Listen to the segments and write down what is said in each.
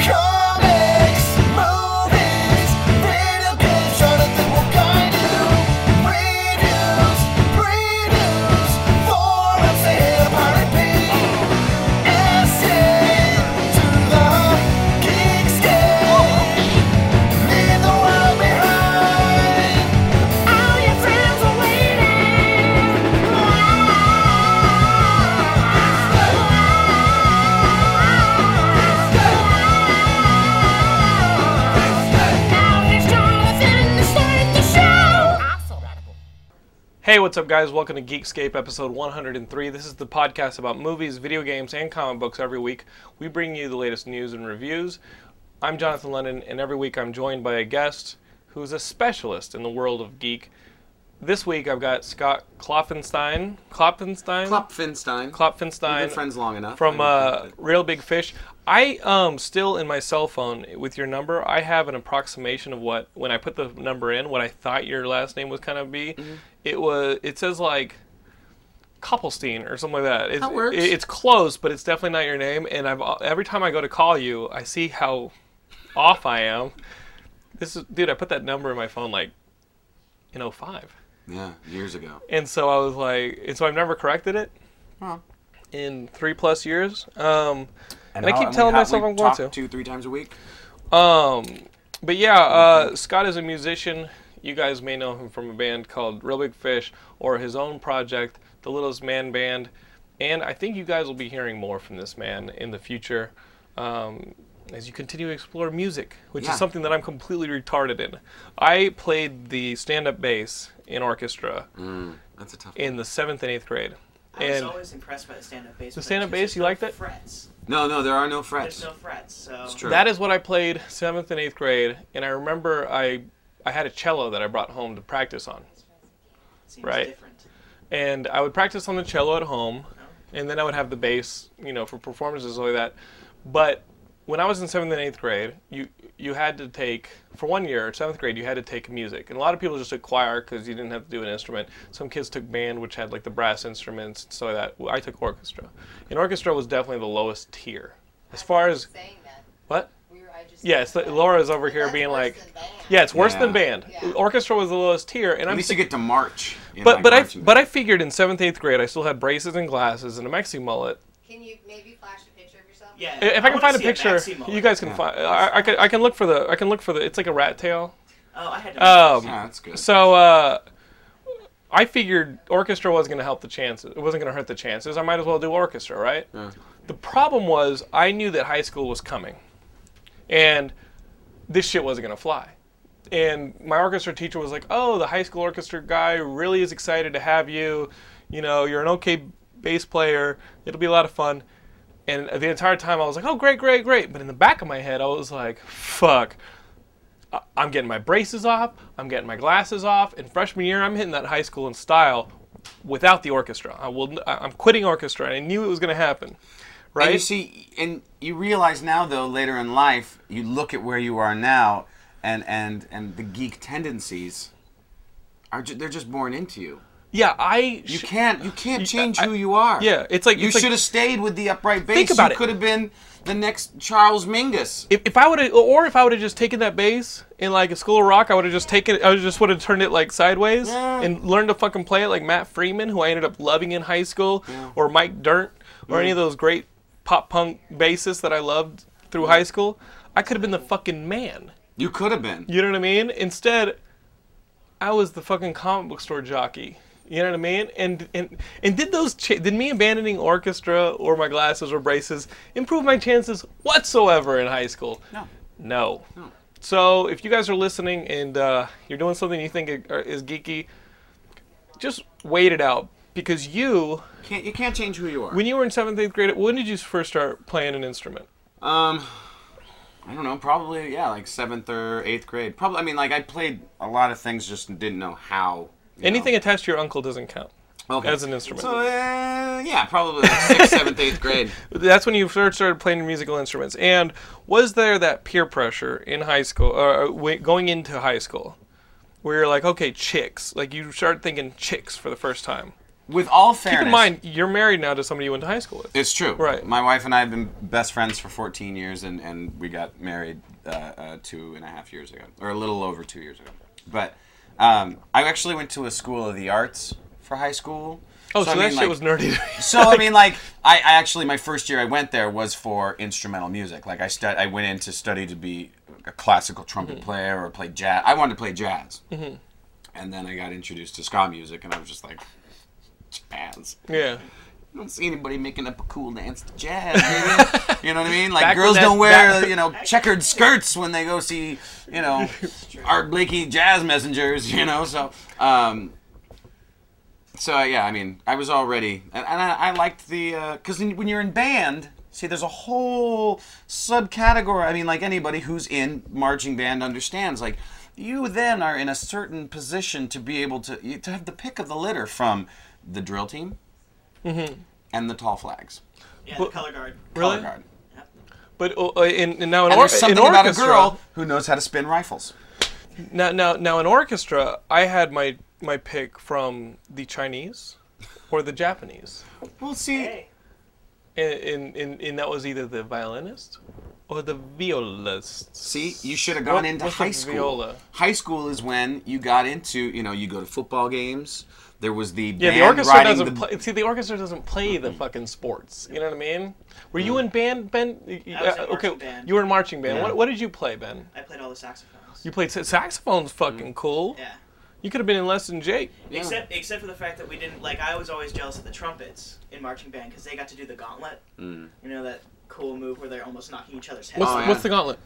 Comics, movies, video games, trying to think what kind do. Reviews, previews, forums, they hit a pirate Essay to the geek's Leave the world behind. All your friends are waiting. Hey, what's up, guys? Welcome to Geekscape episode 103. This is the podcast about movies, video games, and comic books every week. We bring you the latest news and reviews. I'm Jonathan London, and every week I'm joined by a guest who's a specialist in the world of geek. This week I've got Scott Klopfenstein. Klopfenstein? Pop Finstein. Klopfenstein. We've been friends long enough. From I uh, don't think that- Real Big Fish. I um still in my cell phone with your number. I have an approximation of what when I put the number in, what I thought your last name was kind of be. Mm-hmm. It was. It says like. Koppelstein or something like that. It's, That works. it- it's close, but it's definitely not your name. And I've every time I go to call you, I see how off I am. This is, dude. I put that number in my phone like in 05. yeah, years ago. And so I was like, and so I've never corrected it in three plus years. Um, and, I how- keep we telling ha- myself we I'm going talk to. two, three times a week. Um, but yeah, uh, Scott is a musician. You guys may know him from a band called Real Big Fish or his own project, The Littlest Man Band. And I think you guys will be hearing more from this man in the future um, as you continue to explore music, which Yeah. is something that I'm completely retarded in. I played the stand up bass in orchestra That's a tough. in the seventh and eighth grade. I was and always impressed by the stand-up bass. The stand-up bass, you no liked it? Frets. no, no, there are no There's frets. no frets, so It's true. that is what I played seventh and eighth grade, and I remember I I had a cello that I brought home to practice on, it seems Right. different. and I would practice on the cello at home, and then I would have the bass, you know, for performances like that. But when I was in seventh and eighth grade, you you had to take for one year seventh grade you had to take music, and a lot of people just took choir because you didn't have to do an instrument. Some kids took band, which had like the brass instruments, and so that I took orchestra, and orchestra was definitely the lowest tier as far as saying that. what. We were, I just Yeah, it's like Laura's over here That's being worse like, than band. yeah, it's worse than Yeah. band. Yeah. Orchestra was the lowest tier, and At I'm least thi- you get to march. in, but like, but I marching but I band. figured in seventh eighth grade I still had braces and glasses and a maxi mullet. Can you maybe flash a picture of yourself? Yeah. I- If I, can wanna find a see picture, Maxi mullet. you guys can find. I, I can I can look for the I can look for the. It's like a rat tail. Oh, I had. To Um, Yeah, that's good. So uh, I figured orchestra wasn't going to help the chances. It wasn't going to hurt the chances. I might as well do orchestra, right? Yeah. The problem was I knew that high school was coming, and this shit wasn't going to fly. And my orchestra teacher was like, "Oh, the high school orchestra guy really is excited to have you. You know, you're an okay bass player. It'll be a lot of fun." And the entire time I was like, "Oh, great, great, great!" But in the back of my head, I was like, "Fuck." I'm getting my braces off, I'm getting my glasses off, and freshman year I'm hitting that high school in style without the orchestra. I will I- I'm quitting orchestra and I knew it was going to happen. And you Right? see, and you realize now, though, later in life, you look at where you are now, and and and the geek tendencies are ju- they're just born into you. yeah, I You sh- can't you can't change I- who you are. yeah, it's like- you it's like- should have stayed with the upright bass. Think about you it. could have been the next Charles Mingus. if, if I would have or if I would have just taken that bass in like a school of rock, I would have just taken it I would just would have turned it like sideways Yeah. and learned to fucking play it like Matt Freeman, who I ended up loving in high school, or Mike Dirt, or any of those great pop punk bassists that I loved through high school. I could have been the fucking man. You could have been. You know what I mean? Instead, I was the fucking comic book store jockey. You know what I mean? And and and did those cha- did me abandoning orchestra or my glasses or braces improve my chances whatsoever in high school? No. No. Oh. So if you guys are listening and uh, you're doing something you think i- is geeky, uh, just wait it out because you, Can't you can't change who you are? when you were in seventh, eighth grade, when did you first start playing an instrument? Um, I don't know. Probably yeah, like seventh or eighth grade. Probably. I mean, like I played a lot of things, just didn't know how. you Anything know. attached to your uncle doesn't count Okay. as an instrument. So uh, yeah, probably like sixth, seventh, eighth grade. That's when you first started playing musical instruments. And was there that peer pressure in high school, or uh, wi- going into high school, where you're like, okay, chicks, like you start thinking chicks for the first time? With all fairness, Keep in mind, you're married now to somebody you went to high school with. It's true. Right. My wife and I have been best friends for 14 years, and, and we got married uh, uh, two and a half years ago, or a little over two years ago. But um, I actually went to a school of the arts for high school. oh, so, I that mean, shit like- was nerdy. to me. So I mean, like, I, I actually my first year I went there was for instrumental music. Like, I stu- I went in to study to be a classical trumpet player or play jazz. I wanted to play jazz, and then I got introduced to ska music, and I was just like, jazz. yeah. I don't see anybody making up a cool dance to jazz. Baby. you know what I mean? Like Back girls when don't that- wear back- you know checkered skirts when they go see you know Art Blakey jazz messengers. You know, so um, so uh, yeah. I mean, I was already and, and I, I liked the because when you're in band. See, there's a whole subcategory. I mean, like anybody who's in marching band understands. Like, you then are in a certain position to be able to you- to have the pick of the litter from the drill team, and the tall flags. Yeah, Well- the color guard. Really? Color guard. Yep. But uh, uh, in, in now in, And or- there's something in orchestra, about a girl who knows how to spin rifles. Now, now, now in orchestra, I had my my pick from the Chinese or the Japanese, Well, see, Hey. and and, and, and that was either the violinist or the violist. see, you should have gone What- into what's high a school. viola? High school is when you got into, you know, you go to football games. There was the Yeah, band the orchestra riding doesn't the- play. See, the orchestra doesn't play the fucking sports. You know what I mean? Were you in band, Ben? I was in Uh, marching band. you were in marching band. Mm. Yeah. What, what did you play, Ben? I played all the saxophones. You played sa- Mm. saxophones. Fucking cool. yeah. You could have been in less than Jake. Except except for the fact that we didn't like I was always jealous of the trumpets in marching band because they got to do the gauntlet. Mm. You know that cool move where they're almost knocking each other's heads. What's, Oh, off. yeah. what's the gauntlet?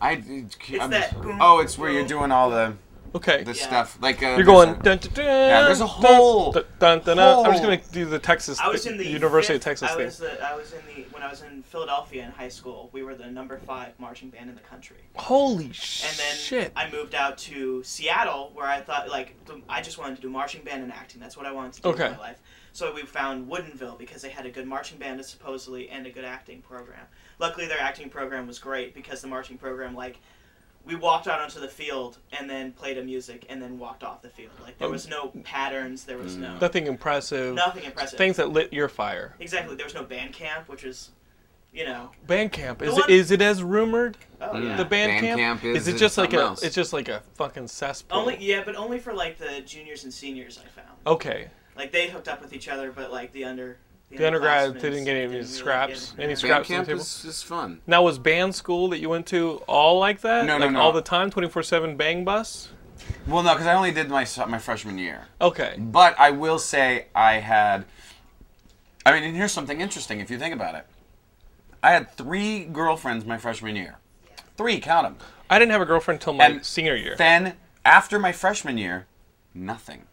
I, I'm just- that- oh, it's where you're doing all the Okay. the Yeah. stuff. Like uh, You're there's going. a- Dun, dun, dun, there's a dun, whole- Dun, dun, dun, dun. I'm just whole- gonna do the Texas, I was the in the University fifth- of Texas I thing. was the I was in the when I was in Philadelphia in high school. We were the number five marching band in the country. Holy And then shit! I moved out to Seattle where I thought like the, I just wanted to do marching band and acting. That's what I wanted to do Okay. with my life. So we found Woodinville because they had a good marching band supposedly and a good acting program. Luckily their acting program was great because the marching program like we walked out onto the field and then played a music and then walked off the field. Like Oh. there was no patterns, there was no Nothing impressive. nothing impressive. Things that lit your fire. Exactly. There was no band camp, which is, you know, Bandcamp is one- it, is it as rumored? oh yeah. The Bandcamp, Bandcamp is- it is just like something a else. it's just like a fucking cesspool. only yeah, but only for like the juniors and seniors. I found okay. like they hooked up with each other, but like the under The undergrads they didn't underclassmen get any really scraps, get it. any Yeah. scraps on the Bandcamp table. is, is fun. Now was band school that you went to all like that? No, no, like no. All the time, twenty four seven bang bus. Well, no, because I only did my so- my freshman year. Okay. But I will say I had. I mean, and here's something interesting if you think about it. I had three girlfriends my freshman year. Three, count them. I didn't have a girlfriend until my And senior year. Then after my freshman year, nothing.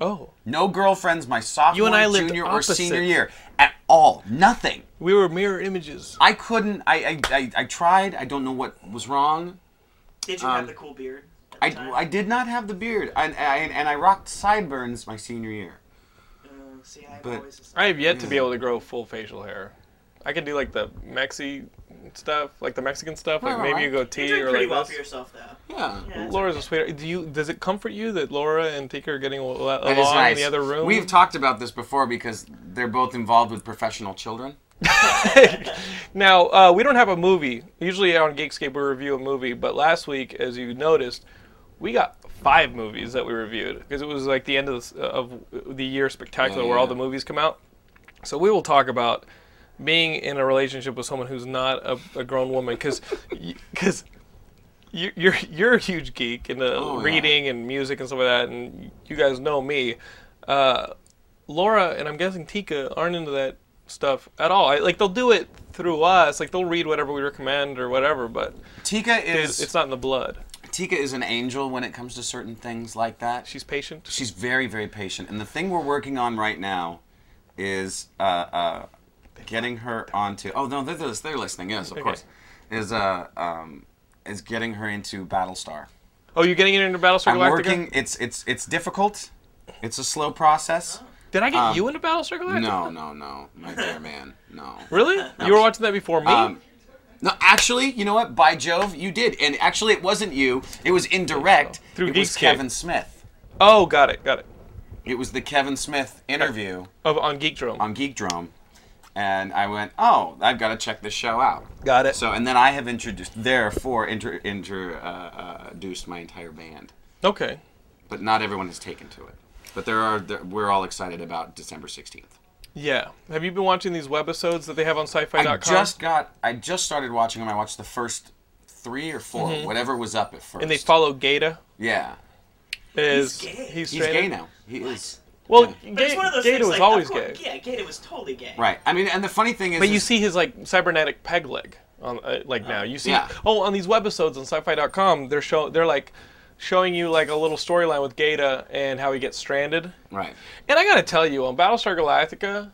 oh, No girlfriends my sophomore, You and I lived junior, or opposite. senior year at all. Nothing. we were mirror images. I couldn't. I I, I, I tried. I don't know what was wrong. Did you have the cool beard? at the um, I, time? I did not have the beard, and, and and I rocked sideburns my senior year. Uh, see, I've but- always. I have yet to Mm. be able to grow full facial hair. I can do like the Mexi stuff, like the Mexican stuff, like Right, maybe right, you right. go You're tea doing or pretty like well this. for yourself though. Yeah. Yeah, it's Laura's a sweetheart. Do you? Does it comfort you that Laura and Tika are getting al- along That is in nice. the other room? We've talked about this before because they're both involved with professional children. now uh, we don't have a movie. Usually on Geekscape we review a movie, but last week, as you noticed, we got five movies that we reviewed because it was like the end of the, s- uh, of the year spectacular Yeah, where all yeah. the movies come out. So we will talk about being in a relationship with someone who's not a, a grown woman because because you, you're you're a huge geek into Oh, yeah. reading and music and stuff like that, and you guys know me. Uh, Laura and I'm guessing Tika aren't into that stuff at all. I, like they'll do it through us, like they'll read whatever we recommend or whatever, but Tika is it's, it's not in the blood. Tika is an angel when it comes to certain things like that. She's patient. She's very, very patient. And the thing we're working on right now is uh, uh, getting her onto. Oh no, they're, they're they're listening. Yes, of Okay. course. Is uh um is getting her into Battlestar. oh, you're getting it into Battlestar I'm Galactica. working. It's it's it's difficult. It's a slow process. Did I get you into Battlestar Galactica? um, No, no, no, my dear man, no. Really? You were watching that before me? Um, No, actually, you know what? By Jove, you did. And actually, it wasn't you. It was indirect. Through it was Geekscape. Kevin Smith. oh, got it, got it. It was the Kevin Smith interview Of, on Geekdrome. on Geekdrome, and I went, "Oh, I've got to check this show out." Got it. So, and then I have introduced, therefore, inter, inter uh, uh, introduced my entire band, okay. but not everyone has taken to it. But there are, there, we're all excited about December sixteenth. Yeah. Have you been watching these webisodes that they have on sci-fi.com? I just got, I just started watching them. I watched the first three or 4 whatever was up at first. Mm-hmm. and they follow Gata. Yeah, Is He's gay. He's, he's straight gay up- now. He is. Well, But it's one Ga- of Gata those things was like, of always course- gay. Yeah, Gator was totally gay. Right. I mean, and the funny thing is, But you is- see his like cybernetic peg leg on uh, like now. You see Yeah. oh on these webisodes on sci-fi.com they're show they're like showing you like a little storyline with Gata and how he gets stranded. right? And I gotta tell you, on Battlestar Galactica,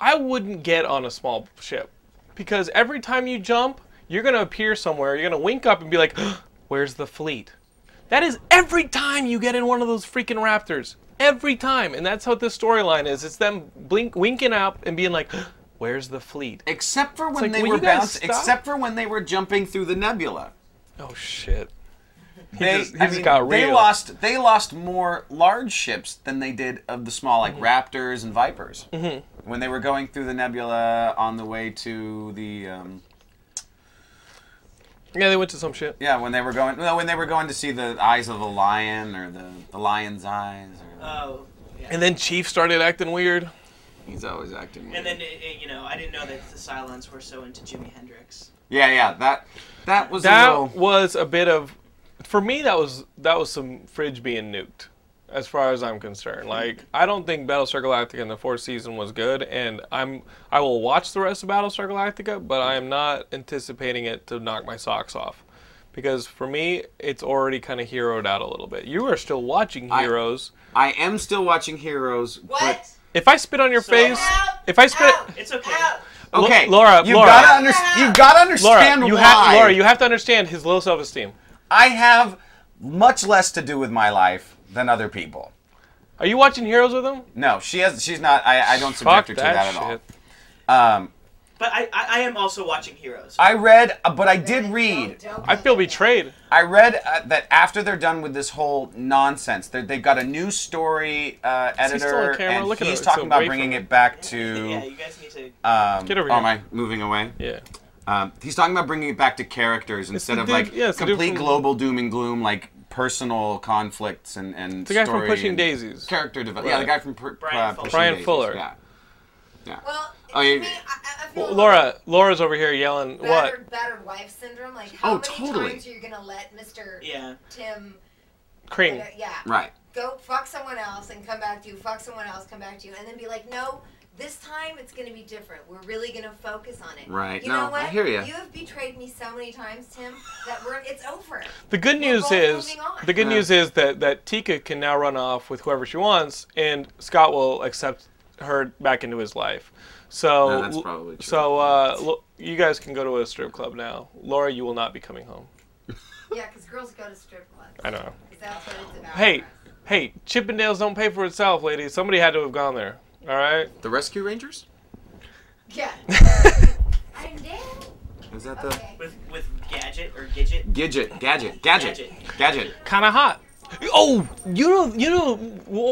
I wouldn't get on a small ship because every time you jump, you're gonna appear somewhere. You're gonna wink up and be like, "Where's the fleet?" That is every time you get in one of those freaking Raptors. Every time, and that's how this storyline is. It's them blink, winking up and being like, "Where's the fleet?" Except for when like, they will were you guys bounce, stop? except for when they were jumping through the nebula. Oh shit! They, just- he I just mean, got they real. lost, they lost more large ships than they did of the small, like Mm-hmm. Raptors and Vipers, when they were going through the nebula on the way to the. Um, Yeah, they went to some shit. yeah, when they were going, no, when they were going to see the eyes of the lion or the, the lion's eyes. Or, Oh. Yeah. And then Chief started acting weird. he's always acting. And weird. then, eh, eh, you know, I didn't know that the Cylons were so into Jimi Hendrix. yeah, yeah, that that was That a little. was a bit of, for me, that was that was some fridge being nuked, as far as I'm concerned. Like I don't think Battlestar Galactica in the fourth season was good, and I'm I will watch the rest of Battlestar Galactica, but I am not anticipating it to knock my socks off, because for me, it's already kind of heroed out a little bit. You are still watching Heroes. I am still watching Heroes. What? But, if I spit on your So- face, Out, if I spit. out, It's okay. out. Lo- Okay, Laura, you Laura. gotta understand. You gotta understand Laura, you why. have Laura. You have to understand his low self-esteem. I have much less to do with my life than other people. Are you watching Heroes with him? No, she has. She's not. I, I don't Fuck subject her that, to that, shit. at all. Um, But I, I, I am also watching Heroes. I read, uh, but I did read. I feel betrayed. I read uh, that after they're done with this whole nonsense, they- they've got a new story uh, he still editor, on camera? and Look at he's him, talking so about away bringing from it back yeah, to. you guys need to. Um, Get over oh, here. am I moving away? Yeah. Um, he's talking about bringing it back to characters instead the of dude- like yeah, it's the dude complete from- global doom and gloom, like personal conflicts and and The guy from story Pushing and Daisies. Character development. Yeah, the guy from Pr- Brian uh, Fuller. Pushing Brian Daisies, Fuller. Yeah. Yeah. Well, Oh, to yeah, me, yeah. I, I feel Well, like Laura, Laura's over here yelling. battered, What? battered wife syndrome. Like, how Oh, many totally. times are you gonna let Mister Yeah. Tim? Kring. uh, yeah. Right. Go fuck someone else and come back to you. Fuck someone else, come back to you, and then be like, no. This time it's going to be different. We're really going to focus on it. Right. You No, know what? I hear ya. You have betrayed me so many times, Tim, that we're it's over. The good news both is moving on. the good Yeah. news is that that Tika can now run off with whoever she wants, and Scott will accept her back into his life. So No, that's probably true. So uh, lo- you guys can go to a strip club now. Laura, you will not be coming home. Yeah, because girls go to strip clubs. I know. 'Cause that's what it's about. Hey, hey, Chippendales don't pay for itself, ladies. Somebody had to have gone there. All right. The Rescue Rangers? Yeah. I'm dead. Is that the Okay. With, with Gadget or Gidget. Gidget? Gadget. Gadget. Gadget. kind of hot. Oh, you know, you know,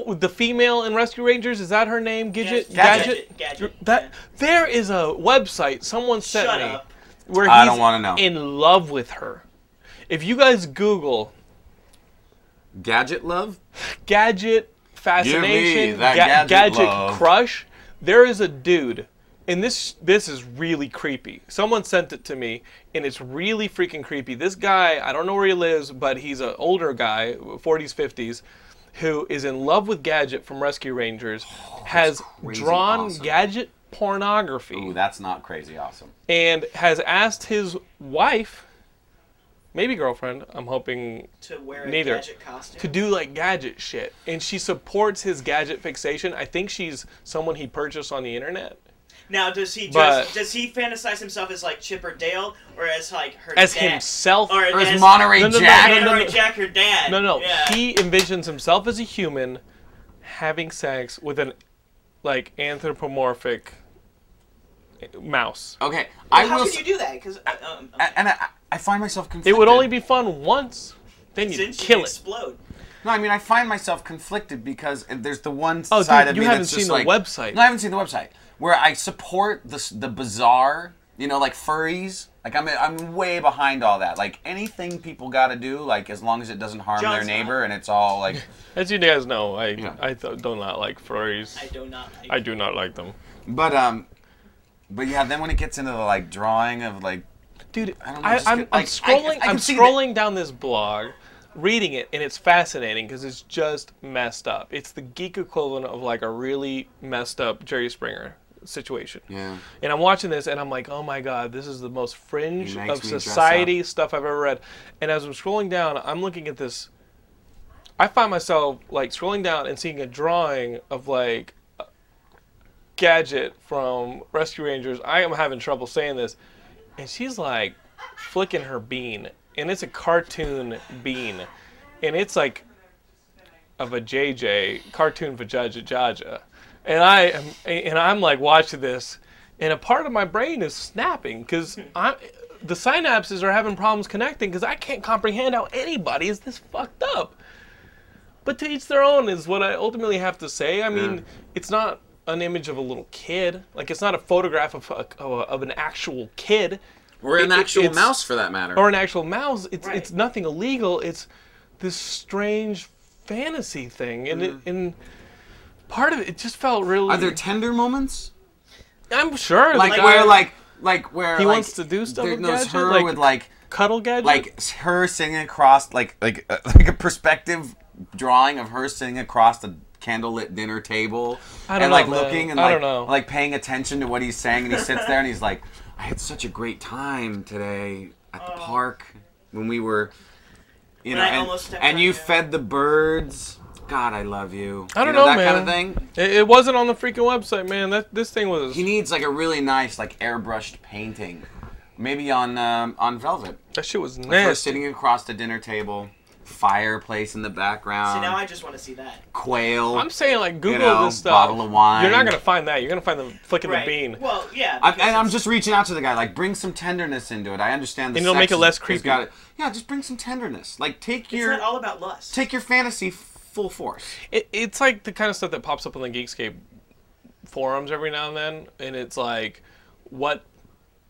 wh- the female in Rescue Rangers is that her name? Gidget, Gadget. Gadget, Gadget. Gadget, That yeah. there is a website someone sent Shut me up. where he's I don't wanna know. in love with her. If you guys Google Gadget love? gadget fascination, that gadget love. crush, there is a dude, and this this is really creepy. Someone sent it to me, and it's really freaking creepy. This guy, I don't know where he lives, but he's an older guy, 40s, 50s, who is in love with Gadget from Rescue Rangers, has Oh, crazy drawn awesome. Gadget pornography Ooh, that's not crazy awesome. and has asked his wife maybe girlfriend, I'm hoping to wear a Neither. gadget costume. to do like gadget shit. And she supports his gadget fixation. I think she's someone he purchased on the internet. now, does he just But- does he fantasize himself as like Chipper Dale or as like her As dad? himself or, Or is as Monterey No, no, no, Jack? Monterey no, no, no. Jack her dad? No, no. Yeah. He envisions himself as a human having sex with an like anthropomorphic mouse. Okay, Well, I how will. can s- you do that? Because um, um, and I, I find myself conflicted. It would only be fun once. Then you since you kill it. explode. No, I mean I find myself conflicted because there's the one Oh, dude, side of you me haven't that's seen just the like website. No, I haven't seen the website where I support the s- the bizarre, you know, like furries. Like I'm I'm way behind all that. Like anything people got to do, like as long as it doesn't harm John's their neighbor and it's all like. As you guys know, I Yeah. I th- do not like furries. I do not. Like I do not like them. But um, but yeah, then when it gets into the like drawing of like Dude, I I don't know, I, just am get- I'm like, I- scrolling. I I, am can see that- scrolling down this blog, reading it, and it's fascinating because it's just messed up. It's the geek equivalent of like a really messed up Jerry Springer situation. yeah. And I'm watching this, and I'm like, oh my god, this is the most fringe He makes of me dress society stuff I've ever read. And as I'm scrolling down, I'm looking at this. I find myself like scrolling down and seeing a drawing of like a Gadget from Rescue Rangers. I am having trouble saying this, and she's like flicking her bean, and it's a cartoon bean, and it's like of a JJ cartoon Vajaja Jaja, and I am and I'm like watching this, and a part of my brain is snapping because I the synapses are having problems connecting because I can't comprehend how anybody is this fucked up. But to each their own is what I ultimately have to say. I mean, it's not an image of a little kid. Like it's not a photograph of a, of, a- of an actual kid Or an It- it- actual it's- mouse for that matter. or an actual mouse. It's Right. it's nothing illegal. It's this strange fantasy thing, and it, and part of it, it just felt really. Mm. Are there tender moments? I'm sure, Like, the guy- where like like where He like, wants to do stuff there- with knows gadget? her Like- with like cuddle gadget. like s- her singing across like like uh, like a perspective drawing of her sitting across the candlelit dinner table I don't and like know, man. looking and I like don't know. like paying attention to what he's saying and he sits there and he's like I had such a great time today at the park when we were you Oh. When know I and, almost stepped and on you you." fed the birds God I love you I don't you know, know, that kind of man. thing it, it wasn't on the freaking website, man. That this thing was. he needs like a really nice like airbrushed painting maybe on um, on velvet that shit was We're nasty. sitting across the dinner table, fireplace in the background, See, now I just want to see that. quail. I'm saying, like, Google know, this stuff. bottle of wine. You're not gonna find that. You're gonna find the flick of right. the bean. Well, yeah. I, because and I'm it's- just reaching out to the guy, like bring some tenderness into it. I understand. The And it'll make sex it is- less is creepy. got it. Yeah, just bring some tenderness. Like take It's your not all about lust. take your fantasy full force. It, it's like the kind of stuff that pops up on the Geekscape forums every now and then, and it's like, what,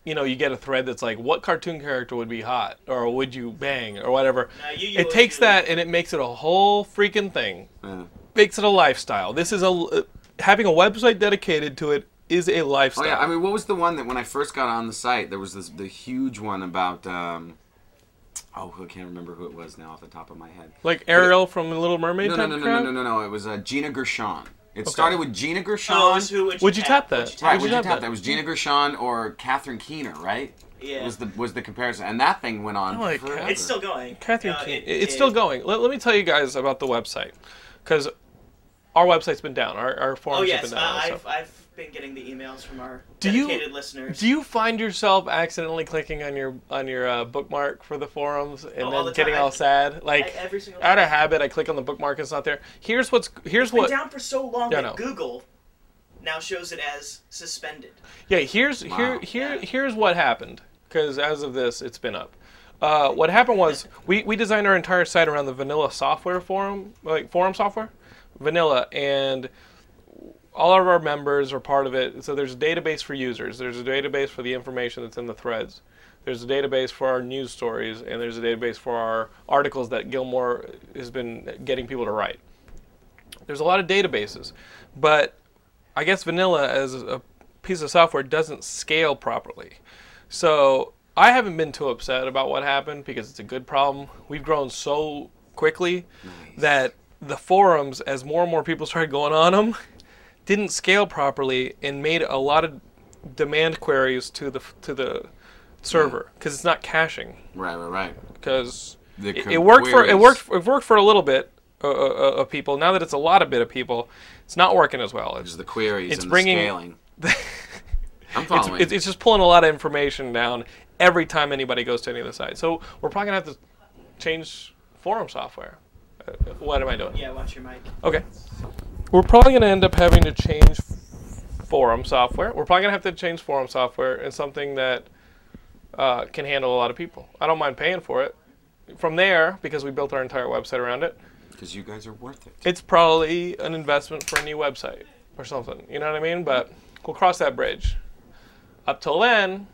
you know, you get a thread that's like, what cartoon character would be hot, or would you bang, or whatever. Now, you- you it takes usually- that and it makes it a whole freaking thing. Yeah. Makes it a lifestyle. This is a uh, having a website dedicated to it is a Oh lifestyle. yeah, I mean, what was the one that when I first got on the site, there was this the huge one about. Um, oh, I can't remember who it was now off the top of my head. like Ariel from The Little Mermaid. No, no, type no, no, crap? no, no, no, no. It was uh, Gina Gershon. It started with Gina Gershon. Oh, it's who would you, Would you tap that? Would you Right, Would would you you have tap that? that? Was Gina Gershon or Catherine Keener, right? Yeah. Was the was the comparison, and that thing went on. I like forever. Catherine. It's still going. Catherine No, Keen. it- it's it- still going. Let, let me tell you guys about the website, because our website's been down. Our, our forums Oh have yes, been down. I- so. I've, I've been getting the emails from our Do you- dedicated listeners. Do you find yourself accidentally clicking on your on your uh, bookmark for the forums and Oh, then all the getting time. E-, all sad? Like every single out of time. habit, I click on the bookmark. It's not there. Here's what's here's been what down for so long Yeah, that no. Google now shows it as suspended. yeah here's here Wow. here Yeah. here's what happened because as of this, it's been up. Uh, what happened was we, we designed our entire site around the vanilla software forum like forum software, vanilla and all of our members are part of it. So there's a database for users. There's a database for the information that's in the threads. There's a database for our news stories, and there's a database for our articles that Gilmore has been getting people to write. There's a lot of databases, but I guess vanilla as a piece of software doesn't scale properly. So I haven't been too upset about what happened because it's a good problem. We've grown so quickly that the forums, as more and more people started going on them, didn't scale properly and made a lot of demand queries to the to the server because it's not caching Right, right, right. because The it, co- it worked for it queries. worked it worked for a little bit uh, uh, uh, of people. Now that it's a lot of bit of people, it's not working as well. It's There's the queries It's and bringing- the scaling. I'm it's, following. it's, it's just pulling a lot of information down every time anybody goes to any of the sites. So we're probably gonna have to change forum software. Uh, What am I doing? Yeah, watch your mic. Okay. We're probably going to end up having to change forum software. We're probably going to have to change forum software and something that uh, can handle a lot of people. I don't mind paying for it. From there, because we built our entire website around it, Because you guys are worth it. it's probably an investment for a new website or something. You know what I mean? But we'll cross that bridge. Up till then,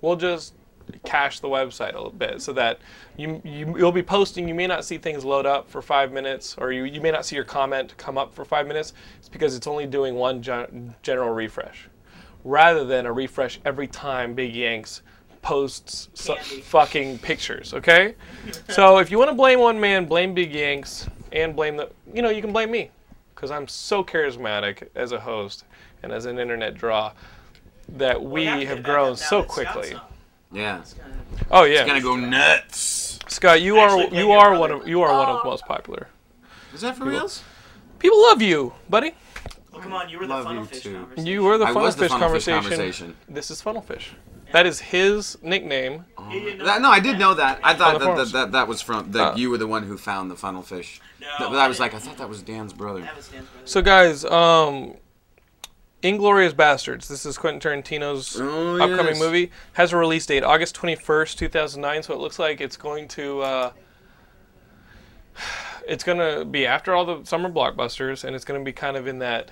we'll just cache the website a little bit so that you, you you'll be posting. You may not see things load up for five minutes, or you, you may not see your comment come up for five minutes. It's because it's only doing one gen- general refresh, rather than a refresh every time Big Yanks posts so- Candy. fucking pictures. Okay, so if you want to blame one man, blame Big Yanks and blame the. You know you can blame me, because I'm so charismatic as a host and as an internet draw. That we Well, have that- grown that- so that Scott's quickly. on. Yeah. Oh yeah, Gonna go nuts. Scott, you are Actually, yeah, you you're Oh. are right. one of you are one of the most popular. Is that for reals? People love you, buddy. Well, come on, you were the Love funnel you fish too. conversation. You were the I was the funnelfish funnelfish conversation. conversation. This is funnelfish. That is his nickname. Oh. You didn't know That- no, I did know that. I the thought that, that, forums. that, that was from that Uh. you were the one who found the funnel fish. No, Th- but I I was like, I didn't. thought that was Dan's brother. That was Dan's brother. So guys, um, Inglorious Bastards. This is Quentin Tarantino's Oh, upcoming yes. movie. Has a release date August twenty first, two thousand nine. So it looks like it's going to. Uh, it's gonna be after all the summer blockbusters, and it's gonna be kind of in that.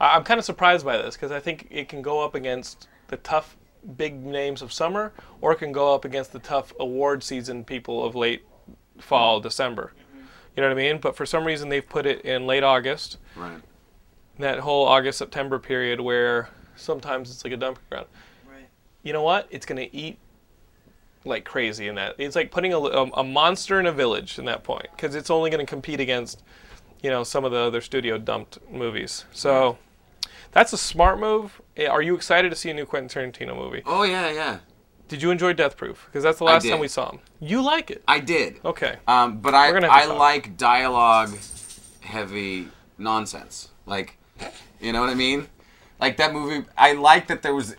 I- I'm kind of surprised by this because I think it can go up against the tough big names of summer, or it can go up against the tough award season people of late fall, December. You know what I mean? But for some reason, they've put it in late August Right. that whole August September period where sometimes it's like a dumping ground. Right. You know what? It's gonna eat like crazy in that. It's like putting a, a, a monster in a village in that point because it's only gonna compete against you know some of the other studio dumped movies. So that's a smart move. Eh, Are you excited to see a new Quentin Tarantino movie? Oh yeah, yeah. Did you enjoy Death Proof? Because that's the last did. time we saw him. You like it? I did. okay. Um, but I We're gonna have I to talk. like dialogue heavy nonsense. Like, you know what I mean? Like that movie. I like that there was,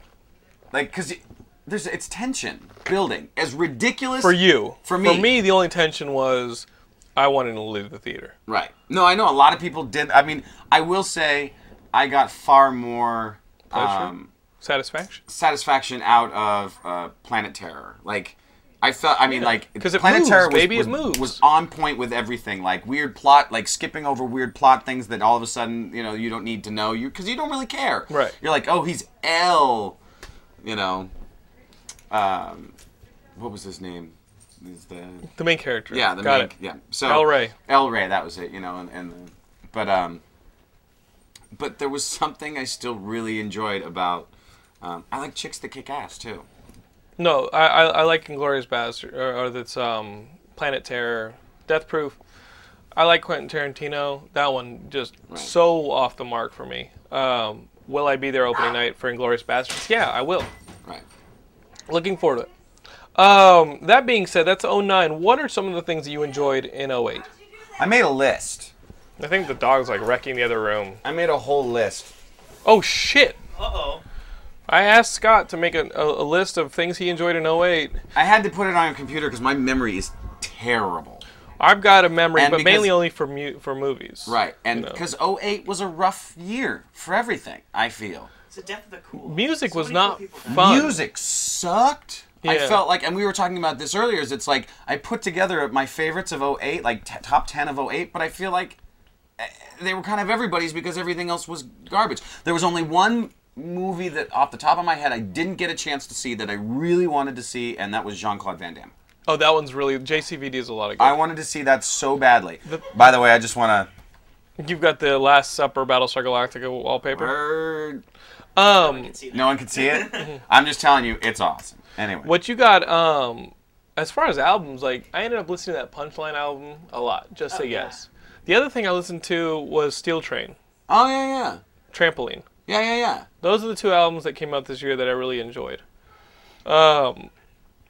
like, cause it- there's it's tension building. As ridiculous For you. For me. For me, the only tension was I wanted to leave the theater. Right. No, I know a lot of people did. I mean, I will say, I got far more um, Satisfaction. satisfaction out of uh, Planet Terror. Like, I felt. I mean, like 'cause it Planet moves, Terror was, baby, it was, moves. was on point with everything. Like weird plot, like skipping over weird plot things that all of a sudden you know you don't need to know you because you don't really care. Right. You're like, oh, he's L. You know. Um, what was his name? Is the The main character. yeah, the Got main, it. yeah. So El Rey. El Rey, that was it, you know, and, and the, but um but there was something I still really enjoyed about um, I like chicks that kick ass too. No, I I, I like Inglorious Bastard or, or that's um Planet Terror, Death Proof. I like Quentin Tarantino. That one just so off the mark for me. Um, will I be there opening night for Inglorious Bastards? Yeah, I will. Right. Looking forward to it. Um, that being said, that's 09. What are some of the things that you enjoyed in 08? I made a list. I think the dog's like wrecking the other room. I made a whole list. Oh shit! Uh-oh. I asked Scott to make a, a, a list of things he enjoyed in 08. I had to put it on a computer because my memory is terrible. I've got a memory, And but because- mainly only for mu- for movies. Right, and No. because 08 was a rough year for everything. I feel It's the death of the cool. Music So was many cool not people died. fun. music sucked. I Yeah. felt like, and we were talking about this earlier, is it's like I put together my favorites of 08, like t- top 10 of 08, but I feel like eh, they were kind of everybody's because everything else was garbage. There was only one movie that, off the top of my head, I didn't get a chance to see that I really wanted to see, and that was Jean Claude Van Damme. Oh, that one's really JCVD is a lot of good. I wanted to see that so badly. By the way, I just want You've got the Last Supper Battlestar Galactica to. wallpaper. Err, I Um, can see that. No one can see it. I'm just telling you, it's awesome. Anyway. what you got? Um, as far as albums, like I ended up listening to that Punchline album a lot. Just say Oh, yeah. yes. The other thing I listened to was Steel Train, Oh, yeah, yeah. Trampoline. Yeah, yeah, yeah. Those are the two albums that came out this year that I really enjoyed. Um,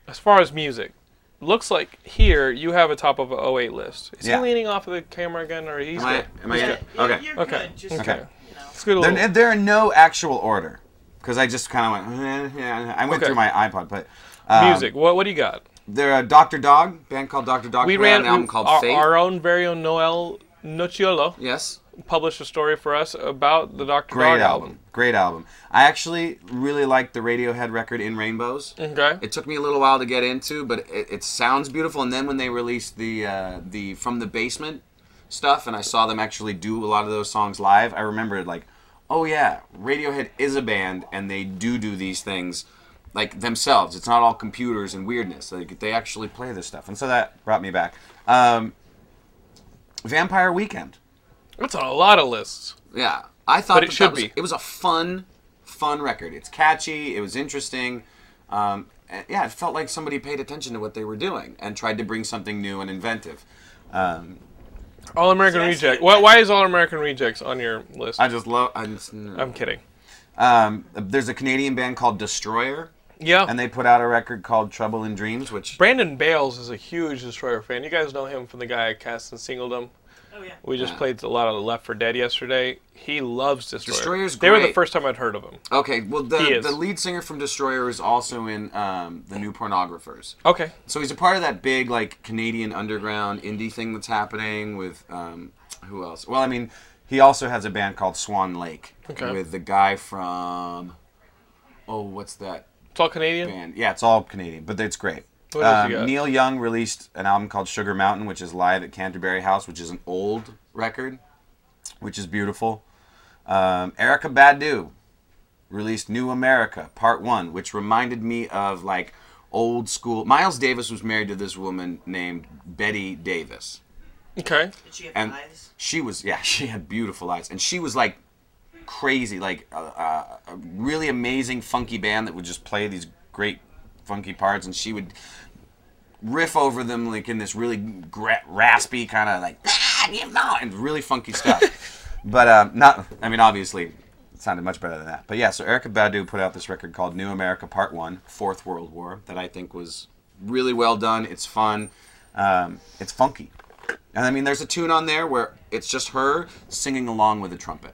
as far as music, looks like here you have a top of a 08 list. Is Yeah. he leaning off of the camera again, or he's Am I? good? Am I? Yeah, good? you're- Okay. You're Okay. good. Just, Okay. you know. Scoot a little. There, there are no actual order because I just kind of went. "Eh, yeah." I went Okay. through my iPod, but um, music. What what do you got? They're a Doctor Dog band called Doctor Dog. We put out ran an album we- called our, Fate. our own very own Noel Nociolo yes, published a story for us about the Doctor great Dog album. Great album. I actually really liked the Radiohead record in Rainbows. Okay. It took me a little while to get into, but it, it sounds beautiful. And then when they released the uh, the From the Basement stuff, and I saw them actually do a lot of those songs live, I remembered like, oh yeah, Radiohead is a band, and they do do these things like themselves. It's not all computers and weirdness. Like they actually play this stuff, and so that brought me back. Um, Vampire Weekend. That's on a lot of lists. Yeah, I thought But it that should was- be. It was a fun, fun record. It's catchy. It was interesting. Um, and yeah, it felt like somebody paid attention to what they were doing and tried to bring something new and inventive. Um, All American See, I see Reject. it. Why, why is All American Rejects on your list? I just love. I just, I'm kidding. um, there's a Canadian band called Destroyer, Yeah. and they put out a record called Trouble in Dreams, which Brandon Bales is a huge Destroyer fan. You guys know him from the guy I cast in Singledom. Oh yeah. We just played a lot of Left for Dead yesterday. He loves Destroyer. Destroyer's They were the great. first time I'd heard of him. okay. Well, He the is. the lead singer from Destroyer is also in um, the New Pornographers. Okay. So he's a part of that big like Canadian underground indie thing that's happening with um, who else? Well, I mean, he also has a band called Swan Lake Okay. with the guy from oh, what's that It's all Canadian. band? Yeah, it's all Canadian, but it's great. What else you Um, got? Neil Young released an album called Sugar Mountain, which is live at Canterbury House, which is an old record, which is beautiful. Um, Erica Badu released New America Part 1, which reminded me of like old school. Miles Davis was married to this woman named Betty Davis. Okay. Did she have And eyes? she was, yeah, she had beautiful eyes. And she was like crazy, like uh, uh, a really amazing, funky band that would just play these great, funky parts. And she would riff over them like in this really gra- raspy kind of like, "Ah, you know," and really funky stuff. but um, not, I mean, obviously, it sounded much better than that. But yeah, so Erica Badu put out this record called New America Part One, Fourth World War, that I think was really well done. It's fun, um, it's funky. And I mean, there's a tune on there where it's just her singing along with a trumpet.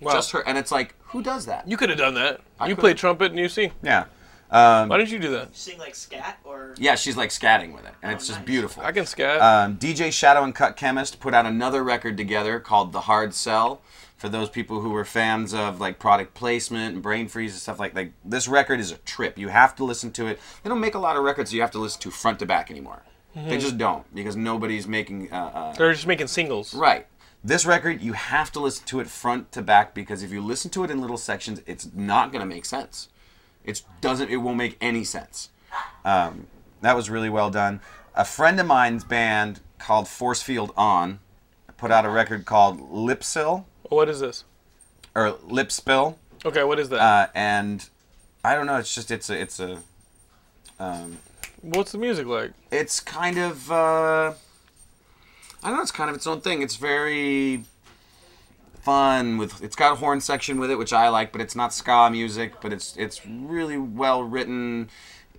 Wow. Just her, and it's like, who does that? You could have done that. you could've. Um, played trumpet and you see. yeah, Why didn't you do that? Sing like scat or yeah, she's like scatting with it, and it's just nice. beautiful. Oh, I can scat. Um, DJ Shadow and Cut Chemist put out another record together called The Hard Sell. For those people who were fans of like product placement and brain freeze and stuff like like this record is a trip. You have to listen to it. They don't make a lot of records you have to listen to front to back anymore. Mm-hmm. They just don't because nobody's making uh, uh, They're just making singles. Right. This record, you have to listen to it front to back because if you listen to it in little sections, it's not going to make sense. It doesn't. It won't make any sense. Um, that was really well done. A friend of mine's band called Force Field On put out a record called Lipsil What is this? or Lip Spill, Okay, what is that? uh, and I don't know. It's just it's a it's a What's the music like? it's kind of uh, I don't know. It's kind of its own thing. It's very fun with. It's got a horn section with it, which I like, but it's not ska music. But it's it's really well written,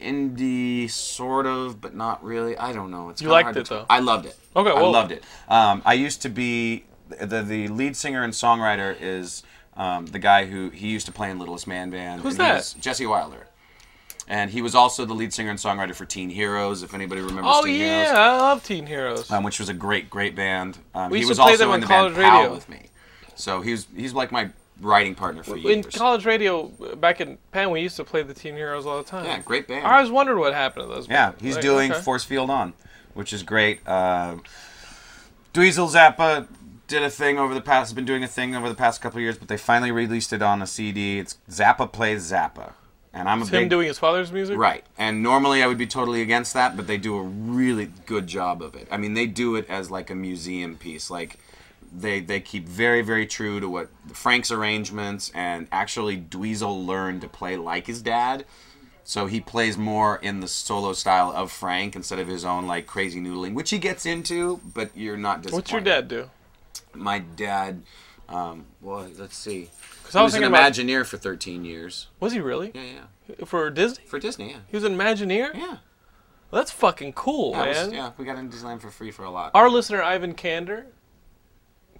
indie sort of, but not really. I don't know. It's You kinda liked hard to it, explain. though. I loved it. Okay, I well- loved it. Um, I used to be the the lead singer and songwriter is. Um, the guy who he used to play in Littlest Man Band. Who's and he that? was Jesse Wilder. And he was also the lead singer and songwriter for Teen Heroes, if anybody remembers Oh Teen yeah, Heroes, I love Teen Heroes. um, which was a great, great band. Um, We he used was to play also them in on the college band Pal radio. with me. So he was, he's like my writing partner for in years. college radio, uh, back in Penn, we used to play the Teen Heroes all the time. Yeah, great band. I always wondered what happened to those. yeah, bands. he's Like, doing okay. Force Field On, which is great. Um Dweezil Zappa did a thing over the past, has been doing a thing over the past couple of years, but they finally released it on a CD. It's Zappa Plays Zappa. And I'm a It's big him doing his father's music. Right. And normally I would be totally against that, but they do a really good job of it. I mean, they do it as like a museum piece. Like they they keep very very true to what Frank's arrangements and actually Dweezil learned to play like his dad. So he plays more in the solo style of Frank instead of his own like crazy noodling, which he gets into, but you're not disappointed. What's your dad do? My dad Um, well, let's see. Because He I was was an thinking about, Imagineer for 13 years. was he really Yeah, yeah. for Disney? For Disney, yeah. He was an Imagineer. Yeah. Well, that's fucking cool, That was- man. yeah, we got into Disneyland for free for a lot. Our listener Ivan Kander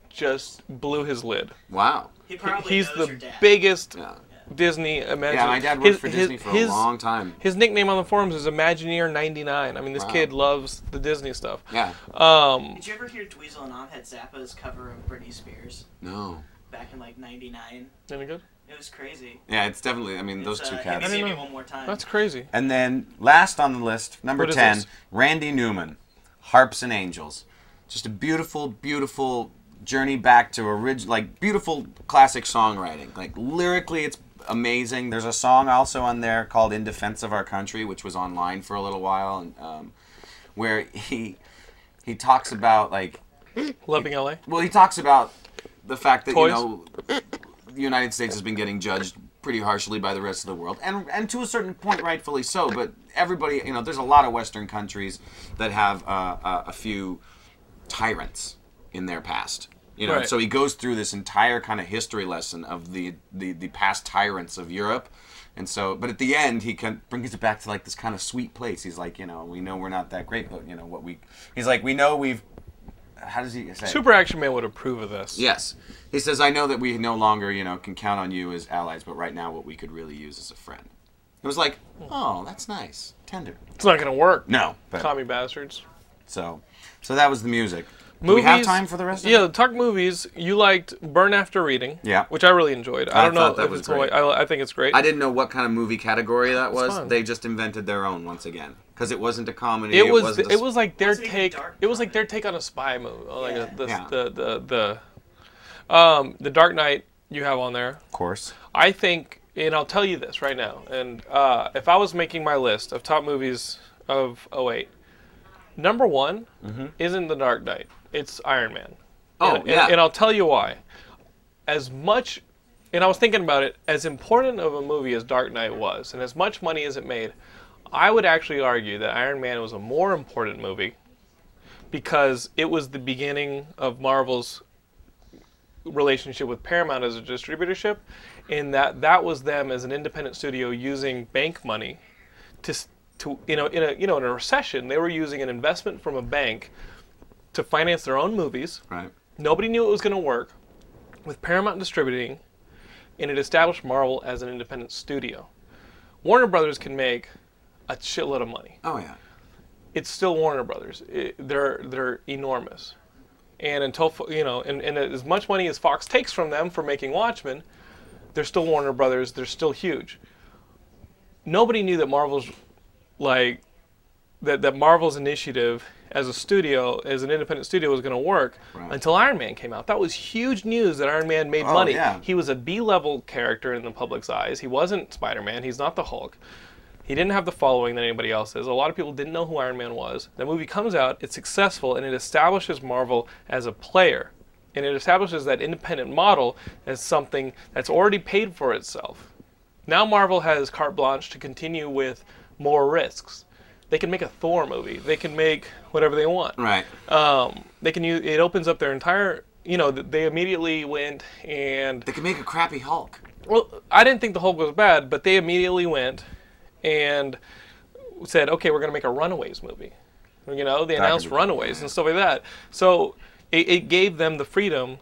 just blew his lid. Wow. He probably He's knows your the dad. biggest Yeah. Disney Imagineer. Yeah, my dad worked His- for his- Disney for his- a long time. His nickname on the forums is Imagineer99. I mean, this Wow. kid loves the Disney stuff. Yeah. Um, Did you ever hear Dweezil and Ahmed Zappa's cover of Britney Spears No. back in like '99? any good? It was crazy. Yeah, it's definitely. I mean, those It's, two uh, cats. Hit me, I see me didn't know. one more time. That's crazy. And then last on the list, number What is 10, this? Randy Newman, Harps and Angels. Just a beautiful, beautiful journey back to original, like beautiful classic songwriting. Like lyrically, it's amazing. There's a song also on there called In Defense of Our Country, which was online for a little while, and um, where he. He talks about like Loving LA. well, he talks about the fact that Toys? you know the United States has been getting judged pretty harshly by the rest of the world, and and to a certain point, rightfully so. But everybody, you know, there's a lot of Western countries that have uh, uh, a few tyrants in their past. You know, Right. so he goes through this entire kind of history lesson of the, the the past tyrants of Europe, and so. But at the end, he can, brings it back to like this kind of sweet place. He's like, you know, we know we're not that great, but you know what we. He's like, we know we've. How does he say? it? Super Action Man would approve of this. Yes. He says, I know that we no longer, you know, can count on you as allies, but right now what we could really use is a friend. It was like, oh, that's nice. Tender. It's not going to work. No. But, Commie bastards. so so that was the music. Do Movies, we have time for the rest of Yeah, it? talk movies. You liked Burn After Reading. Yeah. Which I really enjoyed. I, I don't know thought that if was it's great. the way- I, I think it's great. I didn't know what kind of movie category that fine. was. They just invented their own once again. Because it wasn't a comedy. it was wasn't a it sp- was like their Wasn't even take Dark it was like Knight. their take on a spy movie or like Yeah. a, the, Yeah. the the the um the Dark Knight you have on there Of course. I think and I'll tell you this right now and uh, if I was making my list of top movies of 08 number one isn't the Dark Knight it's Iron Man Mm-hmm. Oh, and, yeah. and, and I'll tell you why as much and I was thinking about it as important of a movie as Dark Knight was and as much money as it made I would actually argue that Iron Man was a more important movie because it was the beginning of Marvel's relationship with Paramount as a distributorship, in that that was them as an independent studio using bank money to s- to you know in a you know in a recession they were using an investment from a bank to finance their own movies. right. Nobody knew it was going to work with Paramount distributing, and it established Marvel as an independent studio. Warner Brothers can make a shitload of money Oh, yeah. it's still Warner Brothers. It- they're they're enormous, and until Fo- you know, and, and as much money as Fox takes from them for making Watchmen, they're still Warner Brothers. They're still huge. Nobody knew that Marvel's like that that Marvel's initiative as a studio, as an independent studio, was going to work Right. until Iron Man came out. That was huge news that Iron Man made Oh, money. yeah. He was a B-level character in the public's eyes. He wasn't Spider-Man. He's not the Hulk. He didn't have the following that anybody else is. A lot of people didn't know who Iron Man was. The movie comes out, it's successful, and it establishes Marvel as a player. And it establishes that independent model as something that's already paid for itself. Now Marvel has carte blanche to continue with more risks. They can make a Thor movie. They can make whatever they want Right. um, they can use it opens up their entire you know th- they immediately went and they could make a crappy Hulk. well i didn't think the hulk was bad but they immediately went and said okay we're going to make a runaways movie you know they could announced be- runaways and stuff like that so it, it gave them the freedom